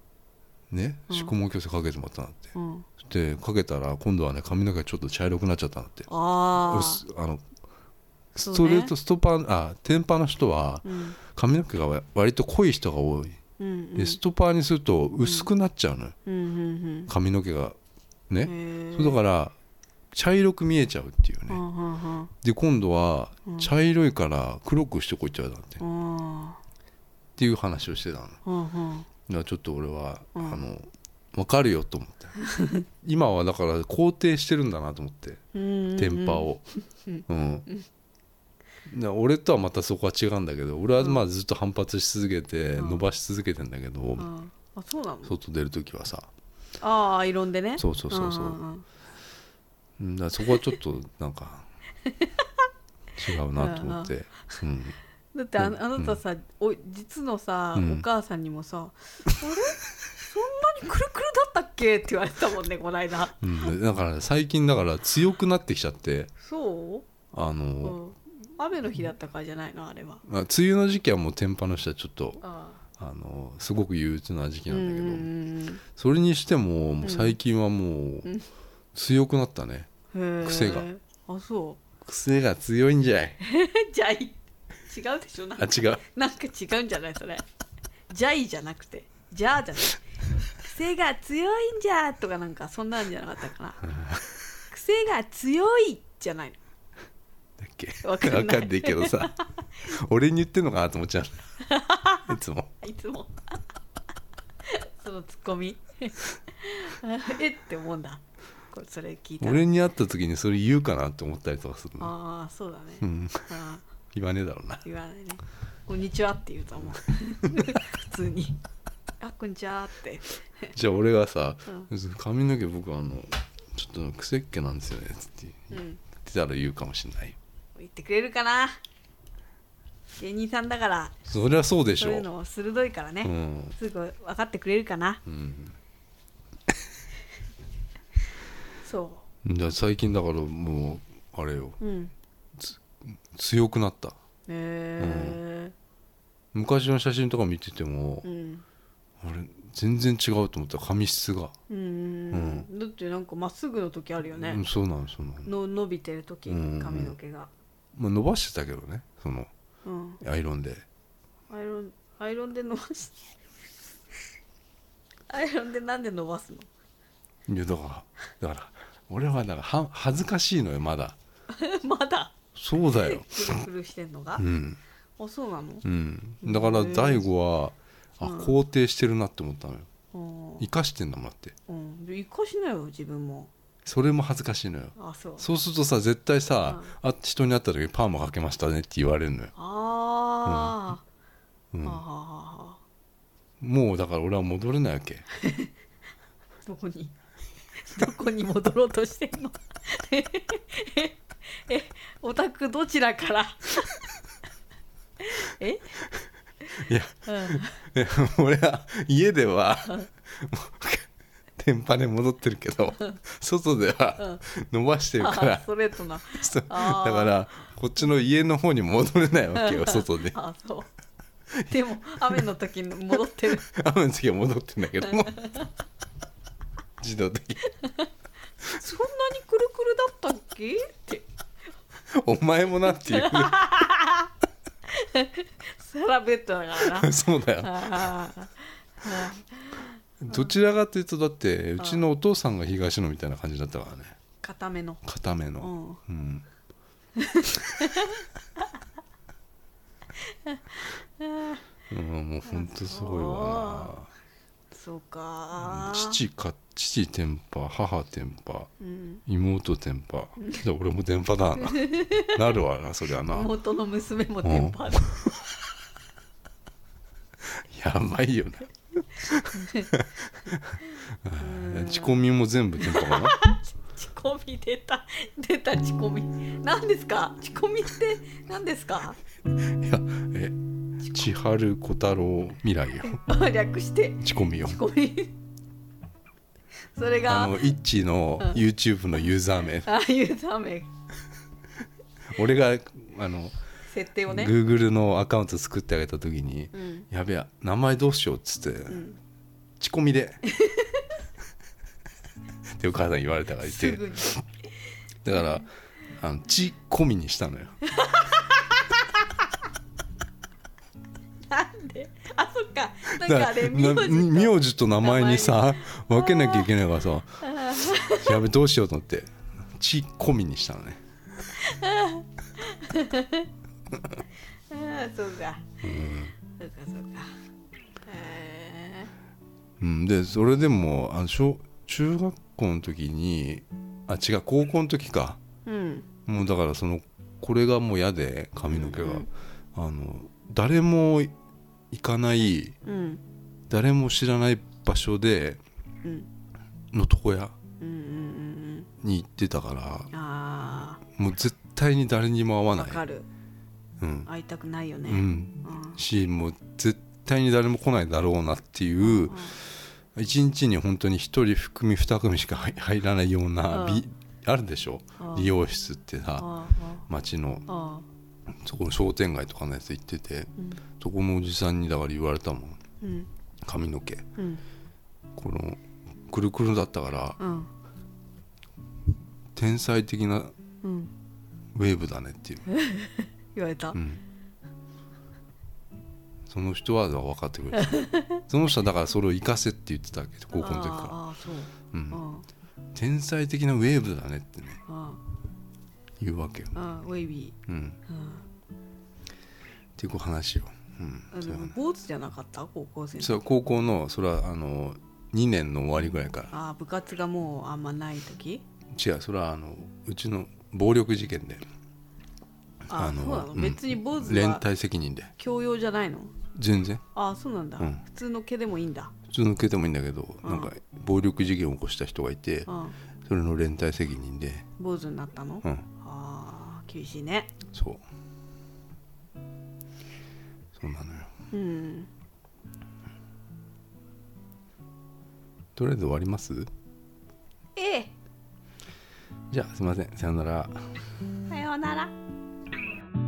Speaker 2: ね
Speaker 1: うん
Speaker 2: 宿毛矯正かけてもらったなって
Speaker 1: うん
Speaker 2: でかけたら今度はね髪の毛がちょっと茶色くなっちゃったなって
Speaker 1: あ
Speaker 2: 俺
Speaker 1: あ
Speaker 2: すあの
Speaker 1: そう
Speaker 2: ス
Speaker 1: ね
Speaker 2: トレートストパーあテンパの人は、
Speaker 1: うん
Speaker 2: 髪の毛がわ割と濃い人が多い
Speaker 1: うんうん
Speaker 2: でストパーにすると薄くなっちゃうのよ、
Speaker 1: うんうん
Speaker 2: 髪の毛が
Speaker 1: うん
Speaker 2: ね、
Speaker 1: へ
Speaker 2: そうだから茶色く見えちゃうっていう
Speaker 1: う
Speaker 2: ね、
Speaker 1: んうんうん
Speaker 2: で今度は
Speaker 1: うん
Speaker 2: 茶色いから黒くしてこいって言われたんで、
Speaker 1: う
Speaker 2: っ
Speaker 1: ん
Speaker 2: ていう話をしてたのだか
Speaker 1: うん
Speaker 2: らちょっと俺は、
Speaker 1: うん
Speaker 2: あの分かるよと思って
Speaker 1: *laughs*
Speaker 2: 今はだから肯定してるんだなと思って
Speaker 1: うん
Speaker 2: テンパをうん、だから俺とはまたそこは違うんだけど俺はまあずっと反発し続けて
Speaker 1: うん
Speaker 2: 伸ばし続けてんだけど、
Speaker 1: うんあそうなの
Speaker 2: 外出る時はさ
Speaker 1: ああアイロンでね
Speaker 2: そうそうそうそう、
Speaker 1: んんん
Speaker 2: うん、だからそこはちょっとなん
Speaker 1: *laughs*
Speaker 2: か違うなと思って、うん、
Speaker 1: だってあ
Speaker 2: うん
Speaker 1: あなたさお実のさ
Speaker 2: うん
Speaker 1: お母さんにもさ「あれそんなにくるくるだったっけ?」って言われたもんねこないだ
Speaker 2: うん、だから最近だから強くなってきちゃって
Speaker 1: そ
Speaker 2: あ
Speaker 1: うう
Speaker 2: の、
Speaker 1: ん雨の日だったからじゃないのあれは
Speaker 2: まあ梅雨の時期はもう天パの人はちょっと
Speaker 1: ああ
Speaker 2: あのすごく憂鬱な時期なんだけど、
Speaker 1: うんうんうん
Speaker 2: それにしてももう最近はもう強くなったね
Speaker 1: へえ
Speaker 2: 癖が
Speaker 1: あそう
Speaker 2: 癖が強いんじゃい
Speaker 1: じゃい違うでしょなん
Speaker 2: あ
Speaker 1: か
Speaker 2: 違う
Speaker 1: *laughs* なんか違うんじゃないそれじゃいじゃなくてじゃあじゃない癖が強いんじゃとかなんかそんなんじゃなかった
Speaker 2: *laughs*
Speaker 1: かな癖が強いじゃない
Speaker 2: だっけ
Speaker 1: わかんない
Speaker 2: わかんないけどさ俺に言ってんのかなと思っちゃ
Speaker 1: *laughs*
Speaker 2: ういつも
Speaker 1: のいつも *laughs* そのツッコミえって思うんだこれそれ聞いたら
Speaker 2: 俺に会った時にそれ言うかなって思ったりとかするの
Speaker 1: ああそうだね、
Speaker 2: うん
Speaker 1: あー
Speaker 2: 言わねえだろうな
Speaker 1: 言わないね「こんにちは」って言うと思
Speaker 2: *laughs*
Speaker 1: う普通に「あこんにちは」って
Speaker 2: じゃあ俺がさ髪の毛僕あのちょっと癖っ気なんですよねつって
Speaker 1: う
Speaker 2: 言っ
Speaker 1: ん
Speaker 2: てたら言うかもしれないよ
Speaker 1: 言ってくれるかな芸人さんだから
Speaker 2: そりゃそうでし
Speaker 1: そ
Speaker 2: ょ
Speaker 1: ういうの鋭いからね、
Speaker 2: うん
Speaker 1: すぐ分かってくれるかな
Speaker 2: うん
Speaker 1: そ
Speaker 2: じゃあ最近だからもうあれよ
Speaker 1: ううん
Speaker 2: 強くなった
Speaker 1: へ
Speaker 2: 昔の写真とか見てても
Speaker 1: え、うん
Speaker 2: あれ全然違うと思った髪質が、
Speaker 1: うん、うん、だってなんかまっすぐの時あるよね、
Speaker 2: うんそうなのそうなの、
Speaker 1: の伸びてる時
Speaker 2: うん
Speaker 1: 髪の毛が、
Speaker 2: まあ、伸ばしてたけどねその
Speaker 1: うん、
Speaker 2: アイロンで
Speaker 1: アイロンアイロンで伸ばすアイロンでなんで伸ばすの *laughs*
Speaker 2: いやだからだから俺はだからは恥ずかしいのよまだ
Speaker 1: まだ
Speaker 2: そうだよ
Speaker 1: くるくるしてんのが
Speaker 2: う、ん
Speaker 1: *laughs* あそうなの
Speaker 2: うんだから大悟はあ
Speaker 1: うん
Speaker 2: 肯定してるなって思ったのよ
Speaker 1: うん
Speaker 2: 生かしてんだもんだって
Speaker 1: うんで生かしなよ自分も
Speaker 2: それも恥ずかしいのよ
Speaker 1: あそう
Speaker 2: そうするとさ絶対さ、あ人に会った時にパーマかけましたねって言われるのよ、
Speaker 1: あー、あ
Speaker 2: うん
Speaker 1: はははは
Speaker 2: もうだから俺は戻れないわけ *laughs*
Speaker 1: どこに *laughs* どこに戻ろうとしてんの *laughs* えええオタクどちらから *laughs* え
Speaker 2: いや
Speaker 1: う
Speaker 2: え俺は家では天パで戻ってるけど外では伸ばして
Speaker 1: ん
Speaker 2: る
Speaker 1: あ
Speaker 2: か
Speaker 1: ー
Speaker 2: ら
Speaker 1: ストレートな
Speaker 2: そうだ
Speaker 1: あー
Speaker 2: からこっちの家の方に戻れないわけよ
Speaker 1: *laughs*
Speaker 2: 外で
Speaker 1: あそうでも雨の時に戻って
Speaker 2: *laughs*
Speaker 1: る
Speaker 2: 雨の時は戻ってんだけ
Speaker 1: *laughs*
Speaker 2: ども自動的に
Speaker 1: そんなにくるくるだったっけって
Speaker 2: *laughs* お前も
Speaker 1: *laughs*
Speaker 2: なっていうね
Speaker 1: サラベッド
Speaker 2: *laughs*
Speaker 1: だからな
Speaker 2: そうだよ
Speaker 1: あーあ
Speaker 2: どちらかというとだってうちのお父さんが東野みたいな感じだったからね
Speaker 1: ー固めの
Speaker 2: 固め
Speaker 1: う
Speaker 2: の
Speaker 1: ん
Speaker 2: うん
Speaker 1: *laughs*
Speaker 2: うん、もうほんとすごいわな
Speaker 1: そうかー
Speaker 2: 父か父天パ母天パ
Speaker 1: うん
Speaker 2: 妹天パじゃあ俺も天
Speaker 1: *laughs*
Speaker 2: パだななるわなそりゃな
Speaker 1: 妹の娘もテンパる
Speaker 2: やば
Speaker 1: *laughs*
Speaker 2: いよね *laughs* ああ仕込みも全部天パかな
Speaker 1: チコミ出た *laughs* 出たチコミ何ですかチコミって何ですか
Speaker 2: いやえ千春小太郎未来よ
Speaker 1: あ略して
Speaker 2: 仕込みよ
Speaker 1: チコミそれが
Speaker 2: あ
Speaker 1: あ
Speaker 2: のイッチの
Speaker 1: うん
Speaker 2: YouTube のユーザー名
Speaker 1: あいうため
Speaker 2: 俺があの
Speaker 1: 設定をね
Speaker 2: Google のアカウント作ってあげた時に
Speaker 1: うん
Speaker 2: 「やべえ名前どうしよう」っつって
Speaker 1: うん
Speaker 2: 「仕込みで」 *laughs* ってお母さんに言われたから言っ
Speaker 1: す
Speaker 2: て
Speaker 1: ぐに
Speaker 2: だから「あのち込み」にしたのよ
Speaker 1: なんであそっかなん
Speaker 2: だ
Speaker 1: か
Speaker 2: か
Speaker 1: らあれ名
Speaker 2: な
Speaker 1: 字
Speaker 2: 名字と名前にさ分けなきゃいけないからさ「やべえどうしよう」と思って「ち込み」にしたのね
Speaker 1: あーそうかそうかそうかへ
Speaker 2: うん、でそれでもあの小中学校の時にあ違う高校の時か
Speaker 1: ーうん
Speaker 2: もうだからそのこれがもう嫌で髪の毛が、
Speaker 1: うんうん
Speaker 2: あの誰も行かない
Speaker 1: うん
Speaker 2: 誰も知らない場所で
Speaker 1: うん
Speaker 2: の床屋
Speaker 1: うんうんうん
Speaker 2: に行ってたから
Speaker 1: うんあ
Speaker 2: もう絶対に誰にも会わ
Speaker 1: ー
Speaker 2: な
Speaker 1: わ
Speaker 2: い
Speaker 1: かる
Speaker 2: うん
Speaker 1: 会いたくないよ
Speaker 2: う
Speaker 1: ね、
Speaker 2: ん、
Speaker 1: うん
Speaker 2: しもう絶対に誰も来ないだろうなっていう一日に本当に一人含み二組しか入入らないような、
Speaker 1: うん
Speaker 2: びあるでしょ
Speaker 1: うん
Speaker 2: 理容室ってさ
Speaker 1: あ
Speaker 2: 町の
Speaker 1: あああ
Speaker 2: そこの商店街とかのやつ行ってて
Speaker 1: うん
Speaker 2: そこのおじさんにだから言われたもん
Speaker 1: うん
Speaker 2: 髪の毛
Speaker 1: うん
Speaker 2: このくるくるだったから
Speaker 1: うん
Speaker 2: 天才的な
Speaker 1: うん
Speaker 2: ウェーブだねっていう、
Speaker 1: 言われた、
Speaker 2: うん、その人は分かって
Speaker 1: *laughs*
Speaker 2: くれたその人はだからそれを生かせって言ってたわけど高校の時から、
Speaker 1: ああそう、う
Speaker 2: う、
Speaker 1: んん、
Speaker 2: 天才的なウェーブだねってね
Speaker 1: あ
Speaker 2: 言うわけよ、
Speaker 1: あウェイビ
Speaker 2: うん、
Speaker 1: ー、うん
Speaker 2: っていう話を、うん
Speaker 1: あ
Speaker 2: そう
Speaker 1: の、
Speaker 2: いう話
Speaker 1: 坊主じゃなかった高校生の
Speaker 2: そう高校のそれはあの2年の終わりぐらいから
Speaker 1: あー部活がもうあんまない時
Speaker 2: 違うそれはあのうちの暴力事件で
Speaker 1: あ
Speaker 2: の
Speaker 1: そうなの
Speaker 2: うん
Speaker 1: 別に坊主
Speaker 2: 連
Speaker 1: は
Speaker 2: 帯責任で
Speaker 1: 教養じゃないの
Speaker 2: 全然
Speaker 1: ああそうなんだ、
Speaker 2: うん
Speaker 1: 普通の毛でもいいんだ、
Speaker 2: 普通の受けてもいいんだけど、
Speaker 1: うん
Speaker 2: なんか暴力事件を起こした人がいて、
Speaker 1: うん、
Speaker 2: それの連帯責任で、
Speaker 1: 坊主になったの、
Speaker 2: うん、
Speaker 1: あー厳しいね
Speaker 2: そうそうなのよ
Speaker 1: うん
Speaker 2: とりあえず終わります
Speaker 1: ええ
Speaker 2: じゃあすいませんさよなら
Speaker 1: さようなら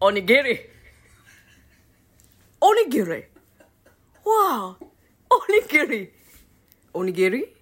Speaker 1: おにぎりおにぎりわあおにぎりおにぎり